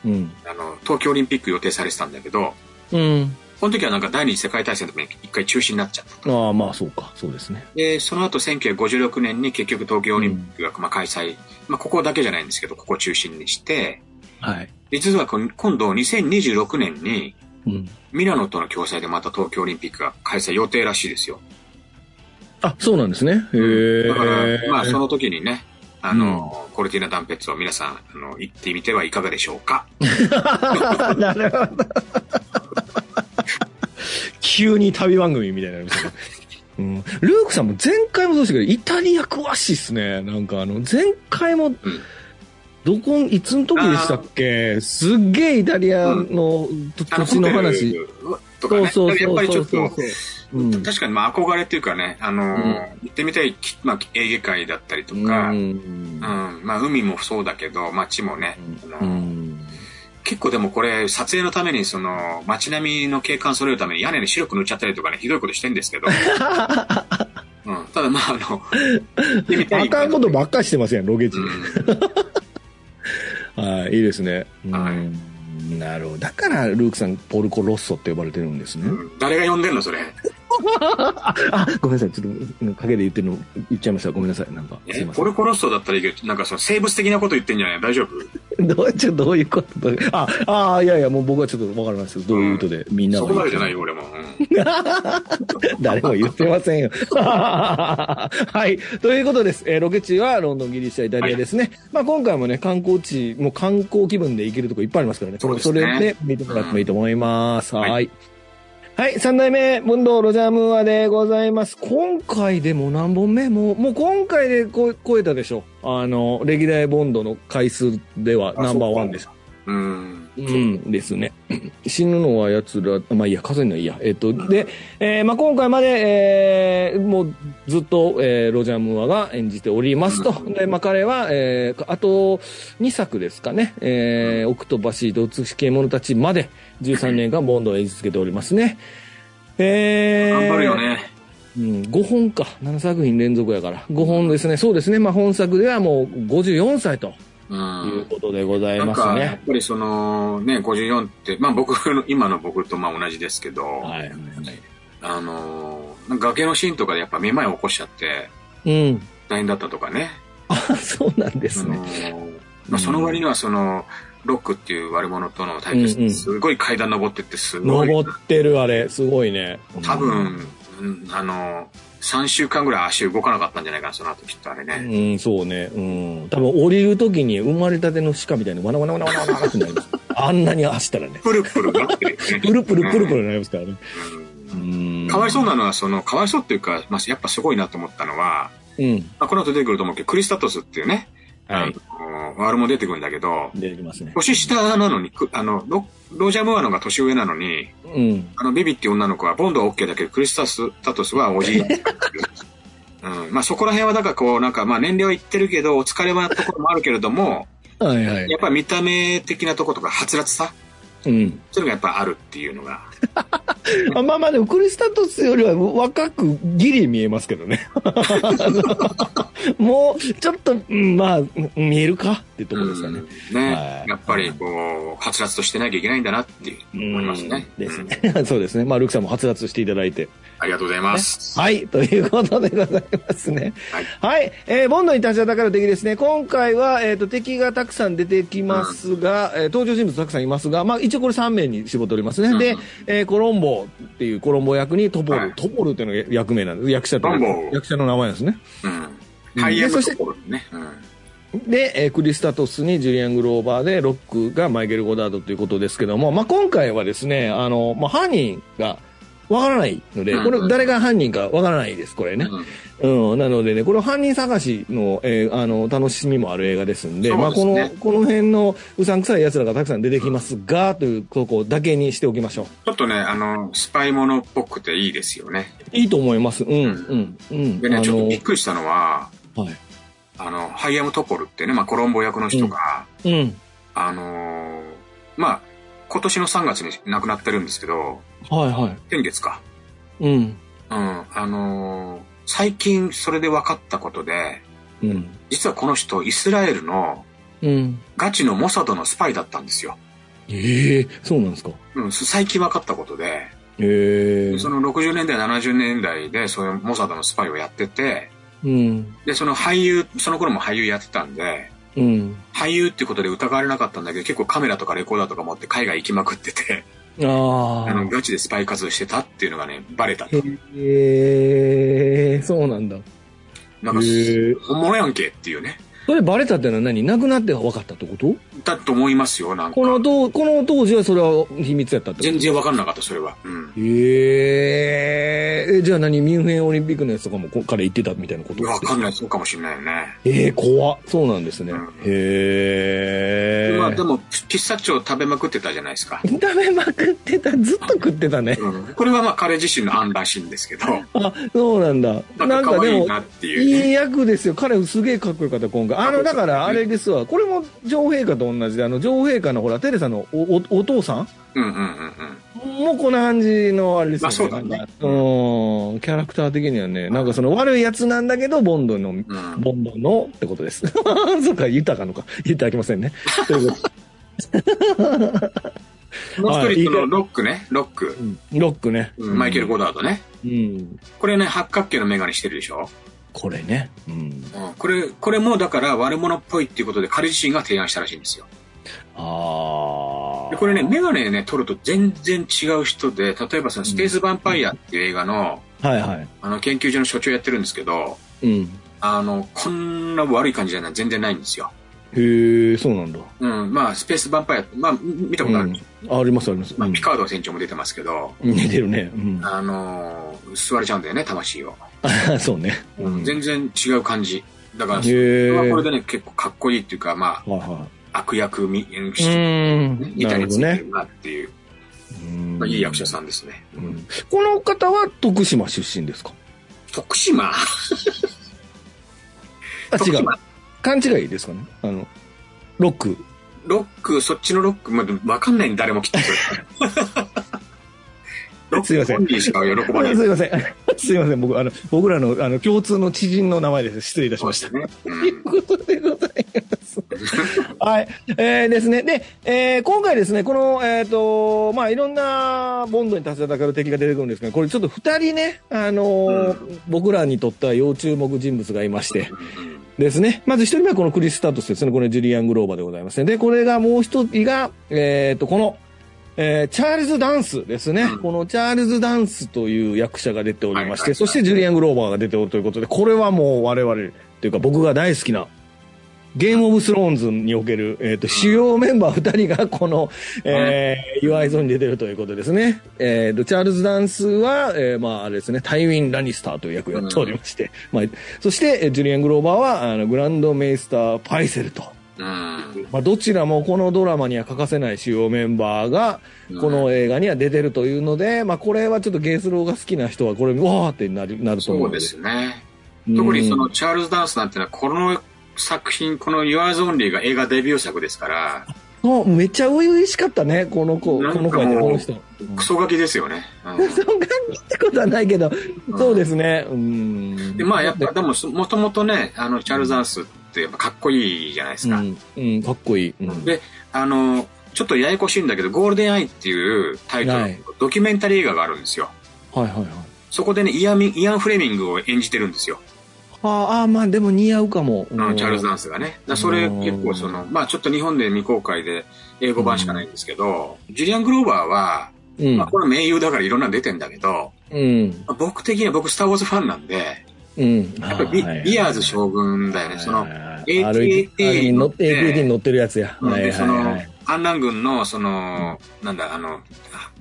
Speaker 1: うん、
Speaker 2: あの東京オリンピック予定されてたんだけど、
Speaker 1: うん。
Speaker 2: この時はなんか第二次世界大戦の時に一回中止になっちゃったと。
Speaker 1: ああ、まあそうか、そうですね。
Speaker 2: で、その後1956年に結局東京オリンピックがまあ開催、まあここだけじゃないんですけど、ここを中心にして、
Speaker 1: はい。
Speaker 2: で実はこの今度2026年に
Speaker 1: うん。
Speaker 2: ミラノとの共催でまた東京オリンピックが開催予定らしいですよ。
Speaker 1: あ、そうなんですね。へえ。
Speaker 2: だから、まあその時にね、あの、コルティーナ・ダンペッツを皆さん、あの、行ってみてはいかがでしょうか。
Speaker 1: なるほど。急に旅番組みたいになりましたね。うん、ルークさんも前回もそうでしたけど、イタリア詳しいっすね。なんかあの、前回も、どこん、いつの時でしたっけすっげえイタリアの土
Speaker 2: あの、
Speaker 1: 地の話。
Speaker 2: ホテルとか
Speaker 1: そう
Speaker 2: ね、
Speaker 1: そう
Speaker 2: や
Speaker 1: そ
Speaker 2: っぱ
Speaker 1: う
Speaker 2: りち
Speaker 1: そ
Speaker 2: ょ
Speaker 1: う
Speaker 2: っ
Speaker 1: そ
Speaker 2: と
Speaker 1: う、。うん
Speaker 2: 確かにまあ憧れっていうかね、あの、行ってみたい、きまあ、エーゲ海だったりとか、
Speaker 1: うん
Speaker 2: うん、まあ海もそうだけど街もね、あ
Speaker 1: う
Speaker 2: の
Speaker 1: ん
Speaker 2: 結構でもこれ撮影のためにその街並みの景観揃えるために屋根に白く塗っちゃったりとかねひどいことしてんですけ
Speaker 1: (laughs)
Speaker 2: ど、うん、ただまああの行ってみた
Speaker 1: あ
Speaker 2: い
Speaker 1: かんことばっかりしてません、ロケ地。
Speaker 2: うん
Speaker 1: はい、いいですね。うん
Speaker 2: は
Speaker 1: なるほど。だから、ルークさん、ポルコ・ロッソって呼ばれてるんですね。
Speaker 2: うん誰が呼んでん
Speaker 1: (laughs)
Speaker 2: のそれ
Speaker 1: あ、ごめんなさい。ちょっと、陰で言ってるの、言っちゃいました。ごめんなさい。なんか、すい
Speaker 2: え
Speaker 1: ませ
Speaker 2: ポルコロッソだったらいいけどなんかその生物的なこと言ってんじゃない大丈夫
Speaker 1: ん。どう、ちょ、どういうことどういうあ、あー、いやいや、もう僕はちょっとわからないですけど、どういう意図で、みんな
Speaker 2: そ
Speaker 1: が
Speaker 2: こ
Speaker 1: 言
Speaker 2: ま
Speaker 1: っ
Speaker 2: で
Speaker 1: て
Speaker 2: じ
Speaker 1: る
Speaker 2: ゃないよ俺も、
Speaker 1: (laughs)
Speaker 2: うん
Speaker 1: 誰も言ってませんよ。 (laughs) はい。ということです。えーロケ地はロンドン、ギリシャ、イタリアですね。まあ今回もね、観光地、もう観光気分で行けるとこいっぱいありますからね。
Speaker 2: そうですね
Speaker 1: れで見てもらってもいいと思います。
Speaker 2: ん
Speaker 1: はい。はい。三代目、文道ロジャームーアでございます。今回でもう何本目もう、もう今回でこ超えたでしょ。あの、歴代ボンドの回数では
Speaker 2: あ
Speaker 1: ナンバーワンです。
Speaker 2: うん
Speaker 1: うんですね。 (clears throat) 死ぬのは奴ら、まあいいや、数えるのはいいや。えっと、で、えーまあ今回まで、えーもうずっと、えーロジャー・ムーアが演じておりますと。
Speaker 2: うん
Speaker 1: で、まあ彼は、えーあと2作ですかね。えーオクトパシード、美しき者たちまで13年間ボンドを演じ続けておりますね。えー
Speaker 2: 頑張るよね、
Speaker 1: うん、5本か、7作品連続やから、5本ですね、そうですね、まあ、本作ではもう54歳と
Speaker 2: う
Speaker 1: いう
Speaker 2: うん
Speaker 1: ことでござい
Speaker 2: なん
Speaker 1: ます
Speaker 2: か、やっ
Speaker 1: ね。
Speaker 2: ぱりその、ね、54って、まあ僕の、今の僕とまあ同じですけど、
Speaker 1: はい、
Speaker 2: あのー、なんか崖のシーンとかでやっぱめまいを起こしちゃって、
Speaker 1: うん、
Speaker 2: 大変だったとかね。
Speaker 1: そうなんです
Speaker 2: あ
Speaker 1: ね。
Speaker 2: のーまあ、その割にはその、ロックっていう悪者との対決です、すごい階段登ってって、すごい。
Speaker 1: 登ってるあれ、すごいね。
Speaker 2: 多分、うんあの、3週間ぐらい足動かなかったんじゃないかな、その後きっとあれね。
Speaker 1: うん、そうね。うん。多分降りるときに生まれたての鹿みたいにわなわなわなわなわなってなります。 (laughs) あんなに走ったらね。
Speaker 2: プルプルなってる、
Speaker 1: (laughs) プルプルプルプルになりますからね。
Speaker 2: う
Speaker 1: うんん。
Speaker 2: かわいそうなのは、その、かわいそうっていうか、まあ、やっぱすごいなと思ったのは、
Speaker 1: うん。
Speaker 2: まあ、この後出てくると思うけど、クリスタトスっていうね、
Speaker 1: はい
Speaker 2: あの、ワールも出てくるんだけど、
Speaker 1: 出てきますね。
Speaker 2: 年下なのに、くあの、ロロージャー・ムーアの方が年上なのに、
Speaker 1: うん。
Speaker 2: あの、ビビっていう女の子は、ボンドは OK だけど、クリスタスタトスはお
Speaker 1: (laughs)
Speaker 2: じい。うん、まあそこら辺は、だからこう、なんか、まあ年齢はいってるけど、お疲れはところもあるけれども、
Speaker 1: はいは
Speaker 2: や
Speaker 1: い。
Speaker 2: っぱ見た目的なとことか、はつらつさ、
Speaker 1: うん。
Speaker 2: そういうのがやっぱあるっていうのが、
Speaker 1: あまあまあでもクリスタトスよりは若くギリ見えますけどね。 (laughs) もうちょっと、うんまあ、見えるかってところですかね。
Speaker 2: うんね、
Speaker 1: はい
Speaker 2: やっぱりこう、はつらつとしてなきゃいけないんだなっていう思いますね。
Speaker 1: うんです
Speaker 2: うん
Speaker 1: ね。 (laughs) そうですね。まあ、ルクさんもはつらつしていただいて。
Speaker 2: ありがとうございます。
Speaker 1: はい、ということでございますね。
Speaker 2: はい
Speaker 1: はい、えーボンドに立ちはだかる敵ですね。今回は、えっ、と、敵がたくさん出てきますが、えー登場人物たくさんいますが、まあ、一応これ3名に絞っておりますね。
Speaker 2: うん
Speaker 1: で、えーコロンボっていうコロンボ役にトポル、
Speaker 2: はい
Speaker 1: トポルっていうのが役名なんです。役者と
Speaker 2: コロンボ
Speaker 1: 役者の名前ですね。
Speaker 2: うん。ハイエンドところね。うん。
Speaker 1: で、えークリスタトスにジュリアン・グローバーで、ロックがマイケル・ゴダードということですけども、まあ、今回はですね、あの、まあ、犯人が、わからないので、これ誰が犯人かわからないです、これね。
Speaker 2: うん
Speaker 1: うん、なのでね、これ犯人探しの、えーあの、楽しみもある映画ですんで、
Speaker 2: そう
Speaker 1: まあ、
Speaker 2: です
Speaker 1: こ
Speaker 2: ね
Speaker 1: の、この辺のうさんくさい奴らがたくさん出てきますが、というとこだけにしておきましょう。
Speaker 2: ちょっとね、あの、スパイものっぽくていいですよね。
Speaker 1: いいと思います。うん、うん、うん。
Speaker 2: でね、ちょっとびっ
Speaker 1: あ
Speaker 2: くりしたのは、
Speaker 1: の、はい。
Speaker 2: あの、ハイアム・トポルってね、まあ、コロンボ役の人が、
Speaker 1: うん、
Speaker 2: あのーまあ、今年の3月に亡くなってるんですけど、
Speaker 1: はい、は
Speaker 2: 先月か。
Speaker 1: い。うん、
Speaker 2: うん、あのー最近それで分かったことで、
Speaker 1: うん、
Speaker 2: 実はこの人、イスラエルの
Speaker 1: うん。
Speaker 2: ガチのモサドのスパイだったんですよ。
Speaker 1: ええそうなんですか。
Speaker 2: うん、最近分かったことで、
Speaker 1: ええ
Speaker 2: その60年代、70年代で、そういうモサドのスパイをやってて、
Speaker 1: うん、
Speaker 2: で、その俳優、その頃も俳優やってたんで、
Speaker 1: うん。
Speaker 2: 俳優っていうことで疑われなかったんだけど、結構カメラとかレコーダーとか持って海外行きまくってて、
Speaker 1: あ
Speaker 2: あの、
Speaker 1: あ。
Speaker 2: ガチでスパイ活動してたっていうのがね、バレた。
Speaker 1: へえ、そうなんだ。
Speaker 2: なんか
Speaker 1: へー、
Speaker 2: 本物やんけっていうね。
Speaker 1: それバレたってのは何なくなって分かったってこと
Speaker 2: だと思いますよ、なんか
Speaker 1: こ。の当、この当時はそれは秘密やったってこと
Speaker 2: 全然わかんなかった、それは。うん。
Speaker 1: ええじゃあ何ミュンヘンオリンピックのやつとかもこ彼行ってたみたいなこと
Speaker 2: わかんない、そうかもしれないよね。
Speaker 1: ええ怖っそうなんですね。
Speaker 2: うん
Speaker 1: へえ。
Speaker 2: まあでも、ピスタチオ食べまくってたじゃないですか。
Speaker 1: (laughs) 食べまくってた。ずっと食ってたね。
Speaker 2: うん。これはまあ彼自身の案らしいんですけど、
Speaker 1: あ、そうなんだ。
Speaker 2: なんか可愛いなっていうね、
Speaker 1: いい役ですよ。彼すげえかっこよかった、今回。あの、だからあれですわ。これも女王陛下と同じで、あの、女王陛下のほら、テレサのおおお父さん
Speaker 2: うんうんうんうん。
Speaker 1: もうこんな感じのあれですよ
Speaker 2: まあそうだ
Speaker 1: な
Speaker 2: ね
Speaker 1: んかうん、キャラクター的にはね、なんかその悪いやつなんだけど、ボンドの、
Speaker 2: うん
Speaker 1: ボンドのってことです。 (laughs) そうか、豊かのか。言ってあきません
Speaker 2: (laughs)
Speaker 1: ね。ということ
Speaker 2: もう
Speaker 1: は
Speaker 2: 一
Speaker 1: い
Speaker 2: 人、そのロックね、ロック。
Speaker 1: でロックね。
Speaker 2: うんマイケル・ゴダードね。
Speaker 1: うん。
Speaker 2: これね、八角形のメガネしてるでしょ。
Speaker 1: これね。うん。
Speaker 2: うん。これ、これもだから悪者っぽいっていうことで彼自身が提案したらしいんですよ。
Speaker 1: あ
Speaker 2: で
Speaker 1: あ。
Speaker 2: これね、メガネね、撮ると全然違う人で、例えばそのスペースヴァンパイアっていう映画の、
Speaker 1: はいはい。
Speaker 2: あの、研究所の所長やってるんですけど、
Speaker 1: うん。
Speaker 2: あの、こんな悪い感じじゃない、全然ないんですよ。
Speaker 1: へえ、そうなんだ。
Speaker 2: うん、まあ、スペースヴァンパイア、まあ、見たことある、
Speaker 1: ありますあります。
Speaker 2: まあ、
Speaker 1: うん
Speaker 2: ピカード船長も出てますけど、
Speaker 1: 似てるね。うん。
Speaker 2: あのー、吸われちゃうんだよね、魂を。
Speaker 1: (laughs) そうね。うん
Speaker 2: 全然違う感じ。だから、
Speaker 1: へ
Speaker 2: それは
Speaker 1: ー
Speaker 2: これでね、結構かっこいいっていうか、ま
Speaker 1: はいは
Speaker 2: あ、悪役み、うん
Speaker 1: い。うん
Speaker 2: みた
Speaker 1: ないる
Speaker 2: に
Speaker 1: ほ
Speaker 2: つ
Speaker 1: ど
Speaker 2: い
Speaker 1: ね
Speaker 2: てる。なっていう、
Speaker 1: うん
Speaker 2: まあいい役者さんですね。
Speaker 1: うんこの方は徳島出身ですか
Speaker 2: 徳島
Speaker 1: あ、違
Speaker 2: 徳
Speaker 1: う
Speaker 2: 島。
Speaker 1: 勘違いですかねあの、ロック。
Speaker 2: ロック、そっちのロック、まあでも、わかんないん誰もきっと。
Speaker 1: (laughs)
Speaker 2: ロ
Speaker 1: すい
Speaker 2: ッ
Speaker 1: ま
Speaker 2: ク
Speaker 1: せん
Speaker 2: 本人しか喜ばない。
Speaker 1: すいません。 (laughs) すいません。僕、あの、 (laughs) 僕らの、あの、共通の知人の名前です。失礼いたしました。
Speaker 2: ね。う
Speaker 1: というんことでございます。ます。 (laughs) はい。えー、ですね。で、えー今回ですね、この、えっ、と、まあ、いろんなボンドに立ち戦う敵が出てくるんですが、これちょっと二人ね、あのー僕らにとっては要注目人物がいまして、ですね。まず一人目はこのクリス・スタートスですね。これジュリアン・グローバーでございますね。で、これがもう一人が、えっ、と、この、えーチャールズ・ダンスですね、
Speaker 2: うん
Speaker 1: このチャールズ・ダンスという役者が出ておりまして、
Speaker 2: はいはいはい
Speaker 1: そしてジュリアン・グローバーが出ておるということで、これはもう我々、というか僕が大好きな、ゲーム・オブ・スローンズにおける、えー、と主要メンバー2人がこの、えー、UI ゾーンに出てるということですね。えーと、チャールズ・ダンスは、えーまああれですね、タイウィン・ラニスターという役をやっておりまして、まあ、そして、えージュリアン・グローバーはあのグランド・メイスター・パイセルと。
Speaker 2: うん
Speaker 1: まあ、どちらもこのドラマには欠かせない主要メンバーが
Speaker 2: うん
Speaker 1: この映画には出てるというので、まあ、これはちょっとゲースローが好きな人はこれうわーってなるなると思
Speaker 2: そううですね。
Speaker 1: うん
Speaker 2: 特にそのチャールズ・ダンスなんてのは、この作品、この Your Only が映画デビュー作ですから、
Speaker 1: そうめっちゃ初々しかったねこの子こ
Speaker 2: なんかも
Speaker 1: の
Speaker 2: う
Speaker 1: 子やねこの人
Speaker 2: クソガキですよね。うん
Speaker 1: そんなってことはないけど、
Speaker 2: うん
Speaker 1: そうですねうん
Speaker 2: でまあやっぱでもそもともとねあのチャールズ・ダンスってやっぱかっこいいじゃないですか、
Speaker 1: うん、うん、かっこいい、うん
Speaker 2: であのちょっとややこしいんだけど「ゴールデン・アイ」っていうタイトル
Speaker 1: はい
Speaker 2: のドキュメンタリー映画があるんですよ
Speaker 1: はいはいはい
Speaker 2: そこでねイアンミイアン・フレミングを演じてるんですよ、
Speaker 1: あーあーまあでも似合うかも、
Speaker 2: あのチャールズ・
Speaker 1: ン
Speaker 2: ダンスがねだからそれ
Speaker 1: うん
Speaker 2: 結構そのまあちょっと日本で未公開で英語版しかないんですけど、ジュリアン・グローバーは、
Speaker 1: うん、
Speaker 2: まあ、これは名優だからいろんなの出てんだけど、
Speaker 1: うん
Speaker 2: まあ僕的には僕スター・ウォーズファンなんで
Speaker 1: うん
Speaker 2: やっぱりビ,、
Speaker 1: あーはい
Speaker 2: ビアーズ将軍だよねその、
Speaker 1: AT-AT に乗って、AT-AT に乗ってるやつや。
Speaker 2: うん
Speaker 1: はいはい
Speaker 2: で、その
Speaker 1: は、
Speaker 2: 反乱軍の、その、なんだ、あの、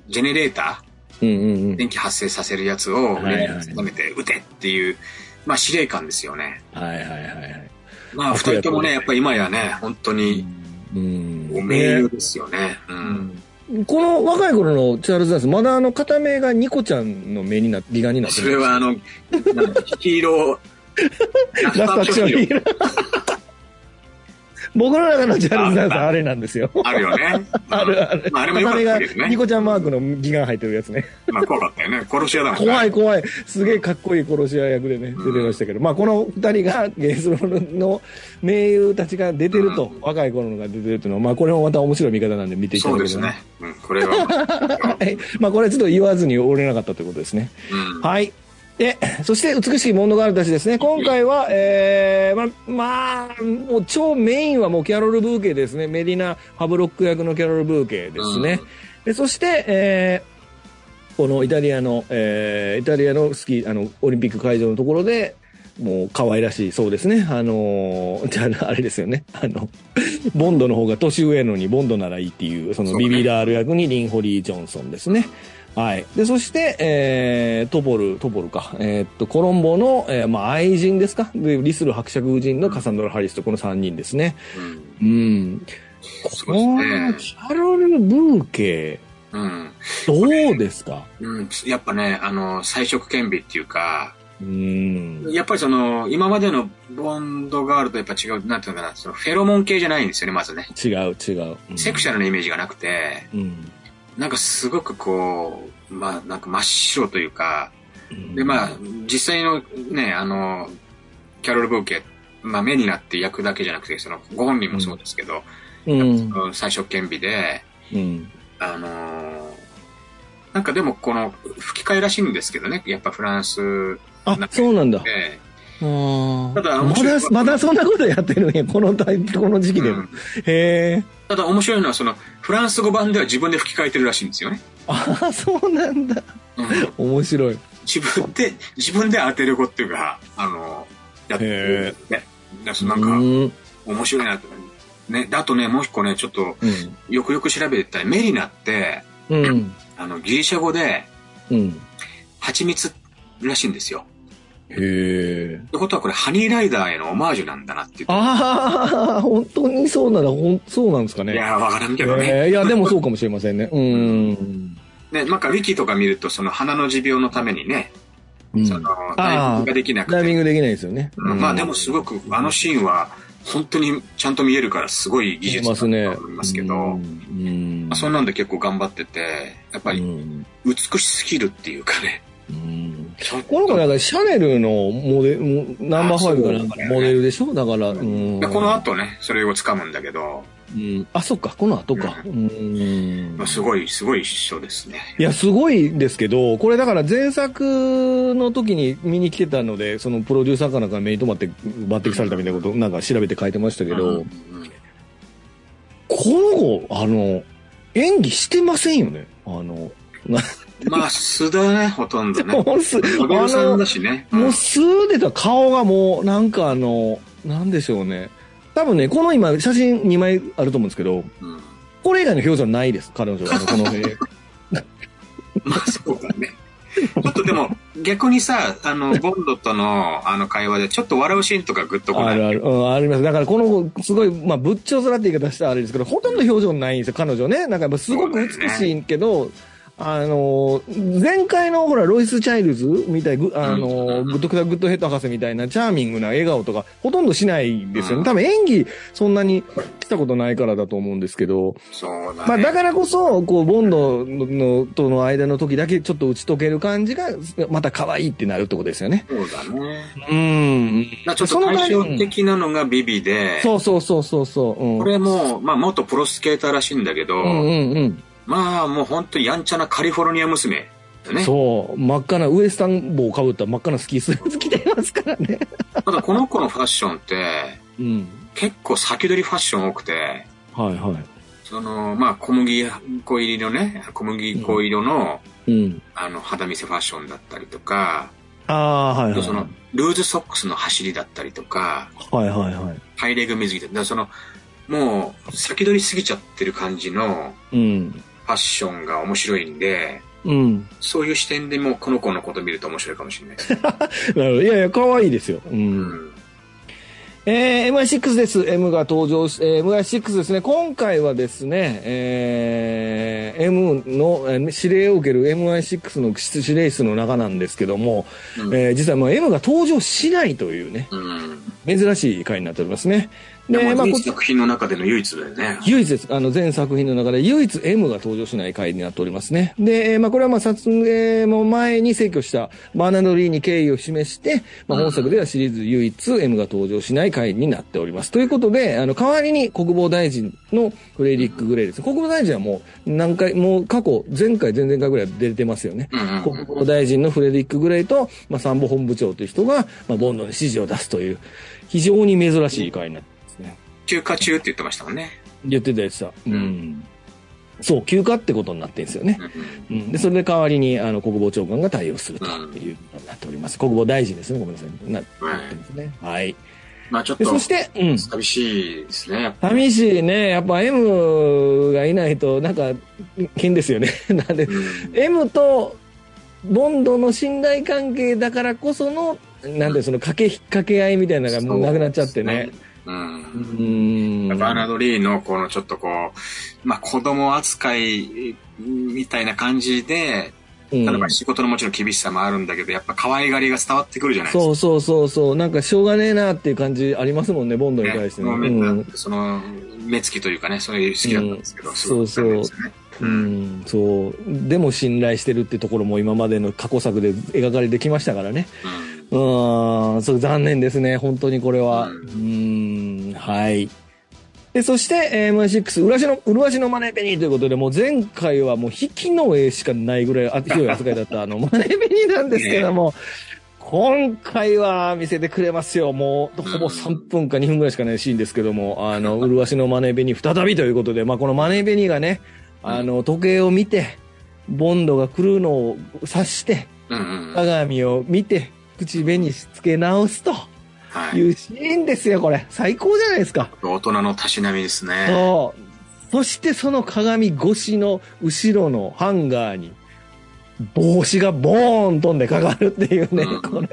Speaker 2: ジェネレータ
Speaker 1: い。うんうんう
Speaker 2: ー、
Speaker 1: ん。
Speaker 2: 電気発生させるやつを、
Speaker 1: はい
Speaker 2: レーダーに定めて撃てっていう、まあ、司令官ですよね。
Speaker 1: はいはいはいはい。
Speaker 2: まあ、
Speaker 1: あ
Speaker 2: 二人ともね、
Speaker 1: そう
Speaker 2: やっぱり今やね、本当に、
Speaker 1: うん
Speaker 2: お名優ですよね。うん。
Speaker 1: この若い頃のチャールズ・ダンス、まだあの片目がニコちゃんの目にな、美顔になって
Speaker 2: そ
Speaker 1: る。
Speaker 2: れは、あの、なんだヒーロー、ラ
Speaker 1: ラスター (laughs) チョン僕の中のチャールズ・ダンスはあれなんですよ。
Speaker 2: あるよね。
Speaker 1: (laughs) あるある。
Speaker 2: まあ、あれも良か
Speaker 1: 片目が
Speaker 2: ったけどね
Speaker 1: ニ。コちゃんマークの美顔入ってるやつね。
Speaker 2: まあ、怖かったよね。殺し屋だもんね。
Speaker 1: 怖い怖い。すげえかっこいい殺し屋役でね、出てましたけど、まあこの二人がゲースローの名優たちが出てると、
Speaker 2: うん
Speaker 1: 若い頃のが出てるというのは、まあこれもまた面白い見方なんで見ていた
Speaker 2: そ
Speaker 1: だ
Speaker 2: う
Speaker 1: けれ
Speaker 2: です
Speaker 1: ば、
Speaker 2: ね。うん、これは。
Speaker 1: (laughs) はい。まあこれはちょっと言わずに折れなかったということですね。
Speaker 2: うん
Speaker 1: はい。で、そして美しいモンドガールたちですね。今回は、えー、ま、まあ、もう超メインはもうキャロル・ブーケですね。メディナ・ハブロック役のキャロル・ブーケですね。でそして、えーこのイタリアの、えーイタリアのスキー、あの、オリンピック会場のところで、もう可愛らしい、そうですね。あのーじゃあ、あれですよね。あの、ボンドの方が年上なのにボンドならいいっていう、そ
Speaker 2: そ
Speaker 1: の
Speaker 2: うね
Speaker 1: ビビダール役にリン・ホリー・ジョンソンですね。はい。で、そして、えー、トボル、トボルか。えーっと、コロンボの、えーまあ、愛人ですか。で、リスル伯爵夫人のカサンドラ・ハリスとこの3人ですね。
Speaker 2: うん
Speaker 1: うん。
Speaker 2: そ
Speaker 1: こ
Speaker 2: うですね
Speaker 1: のキャロル・ブーケ、
Speaker 2: うん。
Speaker 1: どうですか
Speaker 2: うん、やっぱね、あの、彩色顕微っていうか、
Speaker 1: うん。
Speaker 2: やっぱりその、今までのボンドガールとやっぱ違う、なんていうのかな、そのフェロモン系じゃないんですよね、まずね。
Speaker 1: 違う、違う。うん
Speaker 2: セクシャルなイメージがなくて、
Speaker 1: うん。
Speaker 2: なんかすごくこう、まあなんか真っ白というか、でまあ、実際のね、あの、キャロル・ブーケ、まあ目になって役だけじゃなくて、その、ご本人もそうですけど、
Speaker 1: うん。
Speaker 2: うん彩色顕微で、
Speaker 1: うん。
Speaker 2: あのーなんかでもこの吹き替えらしいんですけどね、やっぱフランス
Speaker 1: あ、そうなんだ。
Speaker 2: で、
Speaker 1: た
Speaker 2: ただ
Speaker 1: ま
Speaker 2: 面白い
Speaker 1: だ、まだそんなことやってるね。このタイプ、この時期で
Speaker 2: う (laughs)
Speaker 1: も。
Speaker 2: ん
Speaker 1: へえ。
Speaker 2: ただ面白いのはそのフランス語版では自分で吹き替えてるらしいんですよね、
Speaker 1: (laughs) ああ、そうなんだ。面白い。
Speaker 2: 自分で自分で当てる語っていうかあのやって
Speaker 1: へ
Speaker 2: るねだからなん
Speaker 1: う
Speaker 2: か
Speaker 1: ん。
Speaker 2: 面白いなと、ね、だとねもう一個ねちょっと
Speaker 1: うん。
Speaker 2: よくよく調べてったらメリナって
Speaker 1: うん。
Speaker 2: あのギリシャ語で
Speaker 1: うん。
Speaker 2: 蜂蜜らしいんですよ
Speaker 1: へえ。
Speaker 2: ってことはこれハニーライダーへのオマージュなんだなっていう
Speaker 1: ああ、本当にそうなら、ほん、そうなんですかね。
Speaker 2: いやーわからんけどね、
Speaker 1: えーいや、でもそうかもしれませんね。うん。
Speaker 2: ね、なんかウィキとか見ると、その鼻の持病のためにね、
Speaker 1: うん
Speaker 2: その、ダイビングができなく
Speaker 1: ダイビン
Speaker 2: て。
Speaker 1: グできないですよね。
Speaker 2: うんまあでもすご
Speaker 1: く
Speaker 2: く、あのシーンは、本当にちゃんと見えるから、すごい技術だと思いますけど、
Speaker 1: うん。
Speaker 2: まあそんなんで結構頑張ってて、やっぱり
Speaker 1: り。
Speaker 2: 美しすぎるっていうかね、うん。
Speaker 1: この子なんかシャネルのモデル、ナンバーファイブがなんかモデルでしょだから、うん。
Speaker 2: でこの後ね、それを掴むんだけど、
Speaker 1: うん。あ、そっか、この後か。う
Speaker 2: うんまあ。すごい、すごい人ですね。
Speaker 1: いや、すごいですけど、これだから前作の時に見に来てたので、そのプロデューサーかなんか目に留まって抜擢されたみたいなこと、なんか調べて書いてましたけど、
Speaker 2: うん
Speaker 1: この子、あの、演技してませんよね。あの、
Speaker 2: まあ、素だね、ほとん
Speaker 1: (laughs)
Speaker 2: どね。
Speaker 1: もうす、あ
Speaker 2: モデルさん
Speaker 1: の
Speaker 2: だ、しね。
Speaker 1: も
Speaker 2: う
Speaker 1: うん素でた顔がもう、なんかあの、なんでしょうね。多分ね、この今、写真2枚あると思うんですけど、
Speaker 2: うん
Speaker 1: これ以外の表情ないです、彼女は。あのこの
Speaker 2: (laughs)
Speaker 1: 絵
Speaker 2: まあ、そうだね。ちょっとでも、逆にさ、あの、ボンドとの、あの、会話で、ちょっと笑うシーンとかグッとこ
Speaker 1: あ
Speaker 2: ない。
Speaker 1: るある、うん、あります。だからこの子、すごい、まあ、仏頂面って言い方したらあれですけど、ほとんど表情ないんですよ、彼女ね。なんかやっぱすごく美しいけど、あのー、前回のほら、ロイス・チャイルズみたい、ぐあのー、
Speaker 2: うん
Speaker 1: グッドクタグッドヘッド博士みたいなチャーミングな笑顔とか、ほとんどしないですよ
Speaker 2: うん
Speaker 1: ね。多分演技、そんなにしたことないからだと思うんですけど、
Speaker 2: そうだね。
Speaker 1: まあ、だからこそ、こう、ボンドのとの間の時だけちょっと打ち解ける感じが、また可愛いってなるってことですよね。
Speaker 2: そうだね。
Speaker 1: うん。
Speaker 2: だからちょっと対照的なのがビビで、
Speaker 1: そうそうそうそうそう。うん
Speaker 2: これも、まあ、元プロスケーターらしいんだけど、
Speaker 1: うんうん
Speaker 2: まあ、もう本当やんちゃなカリフォルニア娘だ
Speaker 1: うん。
Speaker 2: ね。
Speaker 1: そう。真っ赤な、ウエスタン帽をかぶった真っ赤なスキースーツ着てますからね。
Speaker 2: ただ、この子のファッションって、
Speaker 1: うん。
Speaker 2: 結構先取りファッション多くて、
Speaker 1: はいはい。
Speaker 2: その、まあ、小麦粉入りのね、小麦粉色の、
Speaker 1: うん。
Speaker 2: あの、肌見せファッションだったりとか、
Speaker 1: ああー、はいはい。
Speaker 2: その、ルーズソックスの走りだったりとか、
Speaker 1: はいはいはい。
Speaker 2: ハイレグ水着だったり、その、もう、先取りすぎちゃってる感じの
Speaker 1: うん。
Speaker 2: ファッションが面白いんで、
Speaker 1: うん。
Speaker 2: そういう視点でもうこの子のこと見ると面白いかもしれない。
Speaker 1: なるほど。いやいや、可愛いですよ。う。
Speaker 2: うんん。
Speaker 1: えー、MI6 です。M が登場し、えー、MI6 ですね。今回はですね、えー、M の、えー指令を受ける MI6 の指令室の中なんですけども、
Speaker 2: うん
Speaker 1: えー、実はまあ M が登場しないというね、
Speaker 2: うん。
Speaker 1: 珍しい回になっておりますね。
Speaker 2: でも、
Speaker 1: まあ
Speaker 2: 唯
Speaker 1: こ
Speaker 2: 一作品の中での唯一だよね。
Speaker 1: 唯一です。あの、全作品の中で唯一 M が登場しない回になっておりますね。で、えーまあ、これはまあ、撮影も前に逝去したバーナード・リーに敬意を示して、まあ、本作ではシリーズ唯一 M が登場しない回になっております。ということで、あの、代わりに国防大臣のフレリック・グレイです。国防大臣はもう何回、もう過去、前回、前々回ぐらい出てますよね。
Speaker 2: うんうんうん
Speaker 1: 国防大臣のフレデリック・グレイと、まあ、参謀本部長という人が、まあ、ボンドに指示を出すという、非常に珍しい回になってますね。
Speaker 2: 中華中って言ってましたもんね。
Speaker 1: 言ってたやつだ。う。
Speaker 2: うん
Speaker 1: そう、休暇ってことになってるんですよね
Speaker 2: う。ん
Speaker 1: うん。で、それで代わりに、あの、国防長官が対応するということになっております。国防大臣ですね。ごめんなさい。な、
Speaker 2: はい
Speaker 1: なってますね。はい。
Speaker 2: まあちょっ
Speaker 1: で、
Speaker 2: と
Speaker 1: そ、して、うん。
Speaker 2: 寂しいですね。やっぱ
Speaker 1: 寂しいね。やっぱ M がいないと、なんか、変ですよね。 (laughs) なんで、
Speaker 2: うん
Speaker 1: M とボンドの信頼関係だからこその、なんで、その掛け引っ掛け合いみたいなのがもうなくなっちゃってね。。
Speaker 2: う。
Speaker 1: うんん。
Speaker 2: バーナード・リーのこのちょっとこう、まあ子供扱いみたいな感じで、
Speaker 1: うん
Speaker 2: ただまあ仕事のもちろん厳しさもあるんだけど、やっぱ可愛がりが伝わってくるじゃないですか。
Speaker 1: そうそうそうそう。なんかしょうがねえなっていう感じありますもんね、ボンドに
Speaker 2: ね
Speaker 1: 対してね。
Speaker 2: もうみんな
Speaker 1: うん
Speaker 2: その目つきというかね、そういう好きだったんですけど、
Speaker 1: うん
Speaker 2: すごく残念でしたね
Speaker 1: う
Speaker 2: うん
Speaker 1: ん、そう。でも信頼してるってところも今までの過去作で描かれてきましたからね。うーん、そう、残念ですね。本当にこれは。う
Speaker 2: うん
Speaker 1: ーん、はい。で、そして、えー M6、うるわしの、うるわしのマネーペニーということで、もう前回はもう引きの絵しかないぐらい、あ、ひどい扱いだ (laughs) った、あの、マネーペニーなんですけども、今回は見せてくれますよ。もう、ほぼ3分か2分ぐらいしかないシーンですけども、あの、うるわしのマネーペニー再びということで、まあ、このマネーペニーがね、あの、時計を見て、ボンドが来るのを察して、
Speaker 2: うんうんうん
Speaker 1: 鏡を見て、口紅しつけ直すと
Speaker 2: はいいう
Speaker 1: シーンですよ、これ。最高じゃないですか。
Speaker 2: 大人のたしなみですね。
Speaker 1: そう。そしてその鏡越しの後ろのハンガーに、帽子がボーン飛んでかかるっていうね
Speaker 2: うん、
Speaker 1: これ。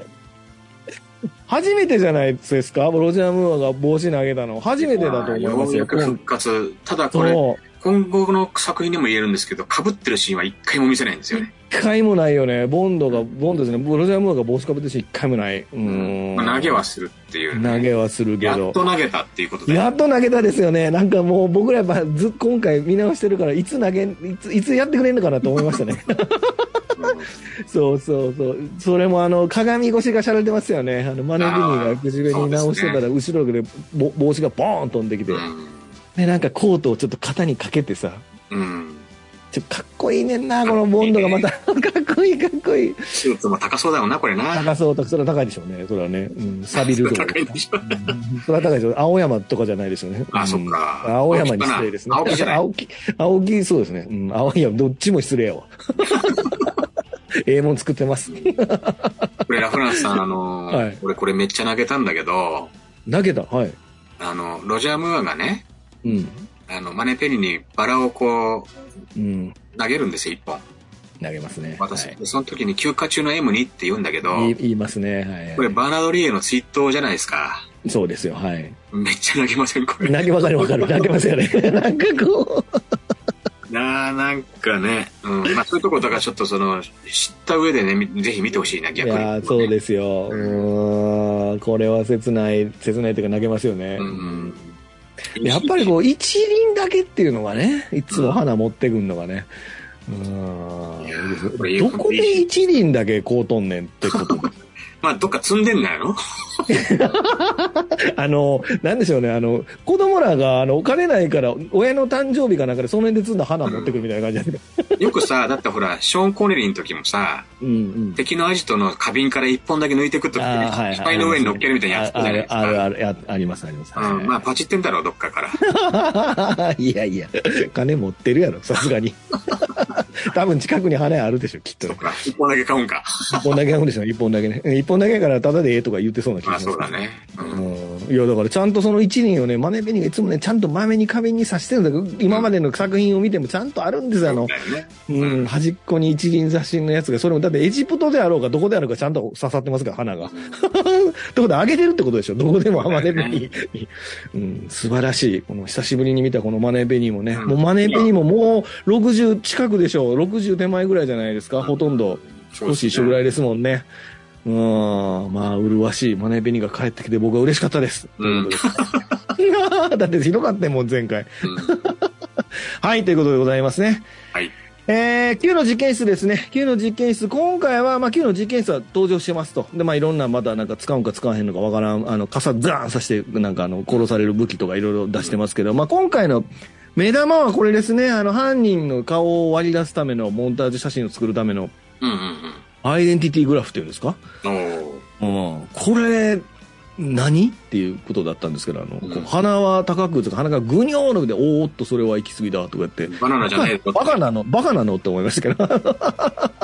Speaker 1: 初めてじゃないですかロジャー・ムーアが帽子投げたの。初めてだと思い
Speaker 2: よ
Speaker 1: ま
Speaker 2: う
Speaker 1: す
Speaker 2: や
Speaker 1: よ。
Speaker 2: く復活。ただこれ、
Speaker 1: そう。
Speaker 2: 今後の作品でも言えるんですけど、被ってるシーンは一回も見せないんですよね。
Speaker 1: 一回もないよね。ボンドが、ボンドですね。ロジャー・ムーアが帽子かぶってるし、一回もない。うーん。
Speaker 2: まあ投げはするっていうね、
Speaker 1: 投げはするけ
Speaker 2: やっ
Speaker 1: ど
Speaker 2: と。投げたっていうことで。
Speaker 1: やっと投げたですよね。なんかもう僕らやっぱず
Speaker 2: (laughs)
Speaker 1: 今回見直してるから、いつ投げ、いつ、いつやってくれるのかなと思いましたね。
Speaker 2: うん
Speaker 1: そうそうそう。それもあの、鏡越しがしゃれてますよね。あの、マネキンが口紅直してたら、
Speaker 2: あ
Speaker 1: 後ろでぼ帽子がボーン飛んできて
Speaker 2: う。ん
Speaker 1: で、なんかコートをちょっと肩にかけてさ、
Speaker 2: うん。
Speaker 1: ちょ、かっこいいねんな、このボンドがまた。 (laughs) かっこいい、かっこいい。
Speaker 2: 手術も高そうだもんな、これな。
Speaker 1: 高そう、それは高いでしょうね。それはね。うん、錆びるとか。
Speaker 2: 高いでしょ。
Speaker 1: うんそれは高いでしょう。青山とかじゃないでしょうね。
Speaker 2: あそっか
Speaker 1: うん青山に失礼ですね。
Speaker 2: 青木じゃない
Speaker 1: 青木、青木、そうですね。うん、青山、どっちも失礼
Speaker 2: (laughs)
Speaker 1: よ。ええもん作ってます。
Speaker 2: これ、ラフランスさん、あの、
Speaker 1: はい
Speaker 2: 俺これめっちゃ投げたんだけど、
Speaker 1: 投げた、はい。
Speaker 2: あの、ロジャー・ムーアがね、
Speaker 1: うん。
Speaker 2: あの、マネペニにバラをこ
Speaker 1: うん。
Speaker 2: う、投げるんですよ、一本。
Speaker 1: 投げますね。
Speaker 2: 私、
Speaker 1: はい
Speaker 2: その時に休暇中の M2 って言うんだけど、
Speaker 1: 言い言いますね。はい。
Speaker 2: これバーナード・リーへのツイートじゃないですか。
Speaker 1: そうですよ。はい。
Speaker 2: めっちゃ投げません、これ。
Speaker 1: 投げわかるわかる。投げますよね。なんかこう。
Speaker 2: なあ、なんかね、うん。まあ、そういうところとかちょっとその、知った上でね、みぜひ見てほしいな、
Speaker 1: い
Speaker 2: 逆に。
Speaker 1: やーそうですよ。うーん。これは切ない、切ないというか投げますよね。
Speaker 2: うん。
Speaker 1: でやっぱり (laughs) こう、一輪だけっていうのがね、いつも花持ってくんのがね。う
Speaker 2: いやこれ
Speaker 1: ーん。どこで一輪だけこうとんねんって (laughs) ことで
Speaker 2: まあ、どっか積んでんだよ。
Speaker 1: あの、なんでしょうね、あの、子供らが、あの、お金ないから、親の誕生日かなんかで、その辺で摘んだ花持ってくるみたいな感じなんですか。
Speaker 2: よくさ、だってほら、ショーン・コネリーの時もさ、
Speaker 1: うんうん。
Speaker 2: 敵のアジトの花瓶から一本だけ抜いてくとき
Speaker 1: あーはいは
Speaker 2: に、
Speaker 1: い
Speaker 2: スパイの上に乗っけるみたいなやつじゃ
Speaker 1: あ
Speaker 2: ないで
Speaker 1: る
Speaker 2: す
Speaker 1: ある
Speaker 2: か。
Speaker 1: あるあありますあります、
Speaker 2: うん、まあ、パチってんだろう、どっかから。
Speaker 1: (laughs) いやいや金持ってるやろさすが (laughs) に多分近くに花屋あるでしょきっと
Speaker 2: とか、一本だけ買うんか。
Speaker 1: 一本だけ買うんでしょ一本だけね一本だけやからタダでええとか言ってそうな気
Speaker 2: ま
Speaker 1: が
Speaker 2: あ、
Speaker 1: し
Speaker 2: そ
Speaker 1: ます
Speaker 2: うだね。うん。
Speaker 1: うんいやだからちゃんとその一輪をねマネベニがいつもねちゃんとまめに壁に刺してるんだけど今までの作品を見てもちゃんとあるんですよあの
Speaker 2: だよね。
Speaker 1: うん、端っこに一輪刺しのやつが、それも、だってエジプトであろうか、どこであろうか、ちゃんと刺さってますから、花が。 (laughs) ってことで、あげてるってことでしょ、どこでもマネベニーに。うん、素晴らしい。この、久しぶりに見たこのマネベニーもね、
Speaker 2: うん
Speaker 1: もうマネベニーももう60近くでしょう、60手前ぐらいじゃないですか、ほとんど。少し一緒ぐら
Speaker 2: い。
Speaker 1: いですもんね。うん、まあ、麗しいマネベニーが帰ってきて僕は嬉しかったです。 (laughs)
Speaker 2: うん
Speaker 1: ということでいやーだってひどかったよもん、前回。
Speaker 2: うん
Speaker 1: はい、ということでございますね。
Speaker 2: はい。
Speaker 1: えー、Q の実験室ですね。Q の実験室。今回は、まあ、Q の実験室は登場してますと。で、まあ、いろんな、またなんか使うんか使わへんのかわからん、あの、傘ザーンさして、なんかあの、殺される武器とかいろいろ出してますけど、まあ、今回の目玉はこれですね。あの、犯人の顔を割り出すための、モンタージュ写真を作るための、
Speaker 2: うんうん
Speaker 1: アイデンティティグラフっていうんですか
Speaker 2: うん。おー
Speaker 1: うん。これ、何っていうことだったんですけど、あの、こう鼻は高く、鼻がぐにょーので、おーっとそれは行き過ぎだ、とか言って。
Speaker 2: バナナじゃねえ
Speaker 1: (laughs) バカなの、バカなのって思いましたけど。 (laughs)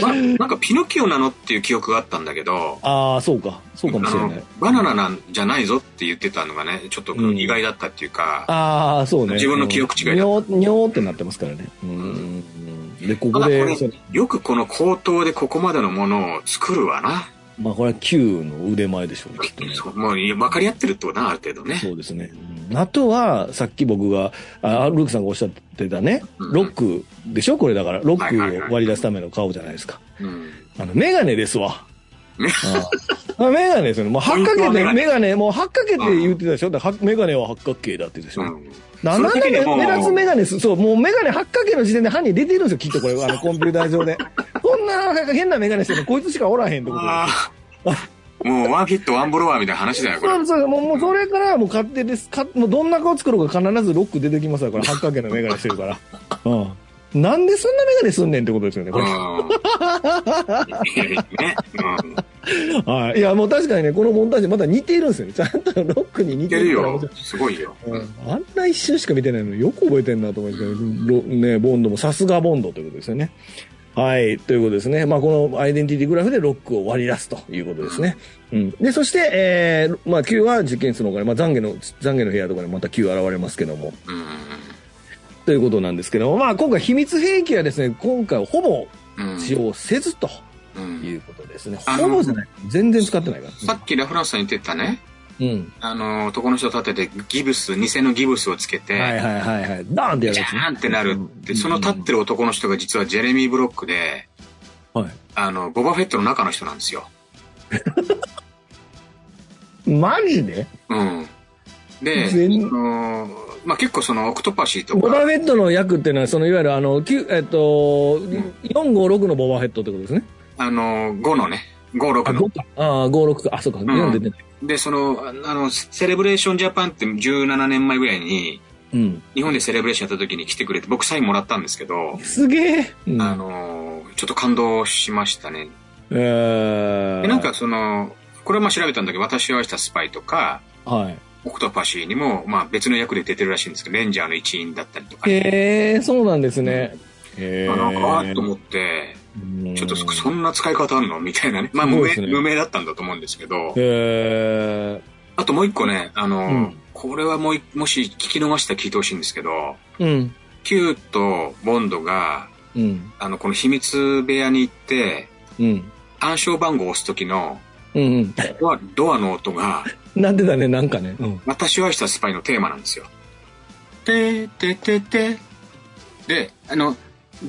Speaker 2: ななんかピノキオなのっていう記憶があったんだけど、
Speaker 1: ああ、そうか。そうかもしれな
Speaker 2: あ
Speaker 1: い
Speaker 2: の。バナナなんじゃないぞって言ってたのがね、ちょっと意外だったっていうか、
Speaker 1: ああ、そうね。
Speaker 2: 自分の記憶違いだ
Speaker 1: にょーにょーってなってますからね。うん。で、こ
Speaker 2: た
Speaker 1: こ
Speaker 2: だこ
Speaker 1: で、
Speaker 2: れ
Speaker 1: その、
Speaker 2: よくこの口頭でここまでのものを作るわな。
Speaker 1: まあ、これは Q の腕前でしょうね、きっとね。
Speaker 2: そうもう分かり合ってるってことな、ある程度ね。
Speaker 1: そうですね。うんあとは、さっき僕が、あ、ルークさんがおっしゃってたね、
Speaker 2: うん
Speaker 1: ロックでしょこれだから、ロ
Speaker 2: はいはい
Speaker 1: ッ
Speaker 2: は
Speaker 1: ク
Speaker 2: い
Speaker 1: を割り出すための顔じゃないですか。
Speaker 2: うん。
Speaker 1: あの、メガネですわ。
Speaker 2: ね
Speaker 1: ああメガネですよね。もう八角
Speaker 2: 本当はメガ
Speaker 1: 形、
Speaker 2: ネ
Speaker 1: メガネ、もう八角形って言ってたでしょだからはメガネは八角形だって言ってたでしょ、
Speaker 2: うん
Speaker 1: な
Speaker 2: その
Speaker 1: なん
Speaker 2: 時
Speaker 1: で
Speaker 2: に
Speaker 1: 目
Speaker 2: もう
Speaker 1: 目立つメガネす、そう、もうメガネ八角形の時点で犯人出てるんですよ、きっとこれ、
Speaker 2: (laughs)
Speaker 1: あの、コンピューター上で。こんな変なメガネしてるの、こいつしかおらへんってこと
Speaker 2: ああ。もうワンヒットワンフロアみたいな話だよ、こ
Speaker 1: そ
Speaker 2: れ
Speaker 1: う。そう、もう、もうそれから、もう勝手です。か、もうどんな顔作ろうか必ずロック出てきますよ、これ、八角形のメガネしてる
Speaker 2: (laughs)
Speaker 1: から。うん。なんでそんなメガネすんねんってことですよね、こ
Speaker 2: うん。
Speaker 1: れ
Speaker 2: い。やいやね。うん。
Speaker 1: はい。いや、もう確かにね、このモンタージュまだ似てるんですよね。ちゃんとロックに似
Speaker 2: い
Speaker 1: て
Speaker 2: ける
Speaker 1: るから
Speaker 2: よ。すごいよ。
Speaker 1: あんな一瞬しか見てないのによく覚えてんなと思いますけど、ロね、ボンドもさすがボンドということですよね。はい、ということですね。まあ、このアイデンティティグラフでロックを割り出すということですね。うん。で、そして、えー、まあ、Q は受験室のお金、まあ、懺悔の、懺悔の部屋とかにまた Q 現れますけども、
Speaker 2: うん。
Speaker 1: ということなんですけども、まあ、今回秘密兵器はですね、今回ほぼ
Speaker 2: うん。
Speaker 1: 使用せずと
Speaker 2: うん
Speaker 1: いうことですね。
Speaker 2: あの
Speaker 1: ほぼじゃない。全然使ってないか
Speaker 2: さ
Speaker 1: ら。
Speaker 2: っきラフランスさん言ってたね、
Speaker 1: うん。
Speaker 2: あの、男の人立ててギブス、偽のギブスをつけて、
Speaker 1: はいはいはいはい。ダーンってやる
Speaker 2: ジ
Speaker 1: や
Speaker 2: ャ
Speaker 1: つ、
Speaker 2: ーンってなるって、その立ってる男の人が実はジェレミー・ブロックで、
Speaker 1: は
Speaker 2: あの、ボバフェットの中の人なんですよ。
Speaker 1: い。マジで
Speaker 2: うん。で、あ
Speaker 1: 全
Speaker 2: のまあ結構そのオクトパシーと
Speaker 1: ボバ
Speaker 2: か、
Speaker 1: フェットの役っていうのは、そのいわゆるあの、きゅえっと、456のボバフェットってことですね。
Speaker 2: あの、5のね、5、6
Speaker 1: あ、
Speaker 2: の
Speaker 1: 5。か。ああ、5、6か。あ、そうか。4出てない。
Speaker 2: で、その、ああの、セレブレーションジャパンって17年前ぐらいに、
Speaker 1: うん。
Speaker 2: 日本でセレブレーションやった時に来てくれて、僕サインもらったんですけど、
Speaker 1: すげえ。うん
Speaker 2: あの、ちょっと感動しましたね。
Speaker 1: えー
Speaker 2: でなんか、その、これはまあ調べたんだけど、私を愛したスパイとか、
Speaker 1: はい。
Speaker 2: オクトパシーにも、まあ別の役で出てるらしいんですけど、レンジャーの一員だったりとか、ね、
Speaker 1: へえ、そうなんですね。へえ。
Speaker 2: あなんか、あーっと思って、
Speaker 1: うん
Speaker 2: ちょっとそそんな使い方あるのみたいなね。まあ
Speaker 1: す
Speaker 2: 無
Speaker 1: ごいで
Speaker 2: 名,、
Speaker 1: すね
Speaker 2: 無名だったんだと思うんですけど、
Speaker 1: へえ。
Speaker 2: あともう一個ね、あの、
Speaker 1: うん
Speaker 2: これはもうい、もし聞き逃したら聞いてほしいんですけど、
Speaker 1: うん。
Speaker 2: キューとボンドが、
Speaker 1: うん。
Speaker 2: あの、この秘密部屋に行って、
Speaker 1: うん。
Speaker 2: 暗証番号を押す時の
Speaker 1: うん。 (laughs)
Speaker 2: ドア、ドアの音が、
Speaker 1: うん。なんでだね、なんかね。うん。
Speaker 2: 私を愛したスパイのテーマなんですよ。てーてーてーてーで、あの、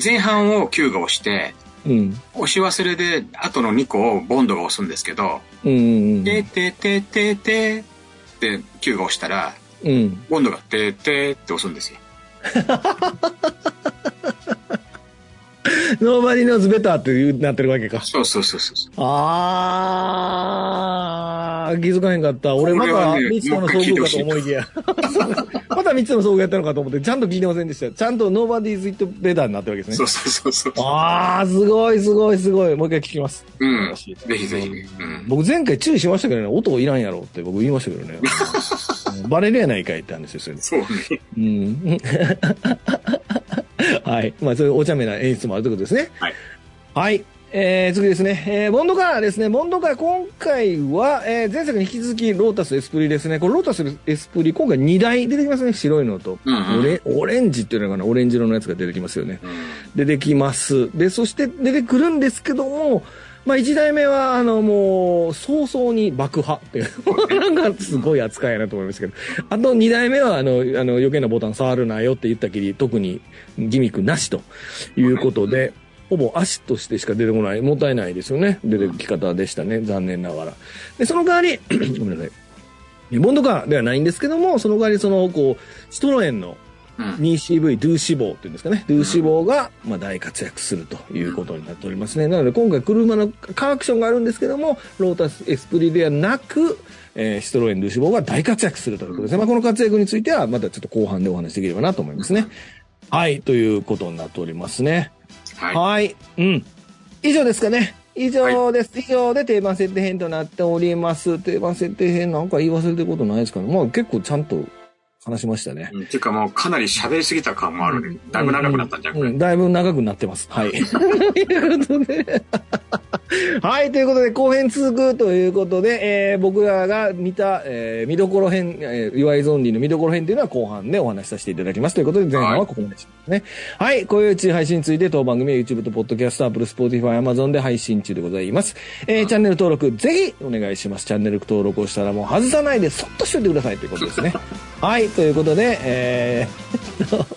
Speaker 2: 前半をキューが押して、
Speaker 1: うん。
Speaker 2: 押し忘れで、後の2個をボンドが押すんですけど、
Speaker 1: うんうんうん。
Speaker 2: てーてーてーてーてーってキューが押したら、
Speaker 1: うん。
Speaker 2: ボンドがてーてーって押すんですよ。
Speaker 1: Nobody knows better っていうなってるわけか。
Speaker 2: そうそうそうそう。
Speaker 1: あー、気づかへんかった。俺ま
Speaker 2: これは
Speaker 1: た
Speaker 2: ね
Speaker 1: 三つ子の遭遇かと思いきや。 (laughs) また三つ子の遭遇やったのかと思って、ちゃんと聞いてませんでした。ちゃんと Nobody's It Better になってるわけですね
Speaker 2: そう。そうそうそう。
Speaker 1: あー、すごいすごいすごい。もう一回聞きます。
Speaker 2: うん。ぜひぜひ。うん。
Speaker 1: 僕前回注意しましたけどね、音いらんやろって僕言いましたけ
Speaker 2: (laughs)
Speaker 1: どね。うんバレるやないかいって話ですよね。
Speaker 2: そうね。
Speaker 1: うん。 (laughs) はい。まあ、そういうお茶目な演出もあるということですね。
Speaker 2: はい。
Speaker 1: はい。えー、次ですね。えー、ボンドカーですね。ボンドカー、今回は、えー、前作に引き続き、ロータスエスプリですね。これ、ロータスエスプリ、今回2台出てきますね。白いのと。
Speaker 2: うんうん
Speaker 1: オレオレンジっていうのかな。オレンジ色のやつが出てきますよね。
Speaker 2: うん
Speaker 1: 出てきます。で、そして出てくるんですけども、まあ、1台目は、あの、もう、早々に爆破っていう、 (laughs) なんかすごい扱いやなと思いましたけど、あと2台目は、あの、あの余計なボタン触るなよって言ったきり、特にギミックなしということで、ほぼ足としてしか出てこない、もったいないですよね。出てき方でしたね、残念ながら。で、その代わり、 (clears throat) ごめんなさい。ボンドカーではないんですけども、その代わり、その、こう、シトロエンの
Speaker 2: うん。
Speaker 1: 2CV、ドゥー脂肪っていうんですかね。ドゥー脂肪が、まあ、大活躍するということになっておりますね。なので、今回、車のカーアクションがあるんですけども、ロータスエスプリではなく、えーシトロエンドゥー脂肪が大活躍するということですね。まあ、この活躍については、またちょっと後半でお話しできればなと思いますね。はい、ということになっておりますね。
Speaker 2: は
Speaker 1: はい。うん。以上ですかね。以上です。以上で定番設定編となっております。定番設定編なんか言い忘れてることないですかね。まあ、結構ちゃんと話しましたね。
Speaker 2: い。っていうかもうかなり喋りすぎた感もあるね。だいぶ長くなったんじゃん、
Speaker 1: う
Speaker 2: これ。
Speaker 1: うだいぶ長くなってます。
Speaker 2: (laughs)
Speaker 1: はい。ということで。 (laughs) はい、ということで、後編続くということで、えー僕らが見た、えー見どころ編、えー、岩井ゾンリーの見どころ編というのは後半でお話しさせていただきます。ということで、前半はここまでしますね。はい、こういううち配信について、当番組は YouTube と Podcast、Apple、Spotify、Amazon で配信中でございます。えーチャンネル登録、ぜひお願いします。チャンネル登録をしたらもう外さないで、そっとしといてくださいということですね。
Speaker 2: (laughs)
Speaker 1: はい、ということで、えー (laughs)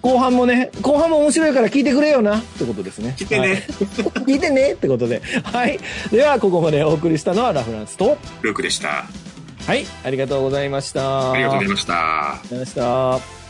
Speaker 1: 後半もね、後半も面白いから聞いてくれよな、ってことですね。
Speaker 2: 聞いてね
Speaker 1: はい。 (laughs) 聞いてねってことで。はい。では、ここまでお送りしたのはラフランスと、
Speaker 2: ルークでした。
Speaker 1: はい、ありがとうございました。
Speaker 2: ありがとうござい
Speaker 1: ま
Speaker 2: ま
Speaker 1: し
Speaker 2: した。
Speaker 1: た。ありがとうございました。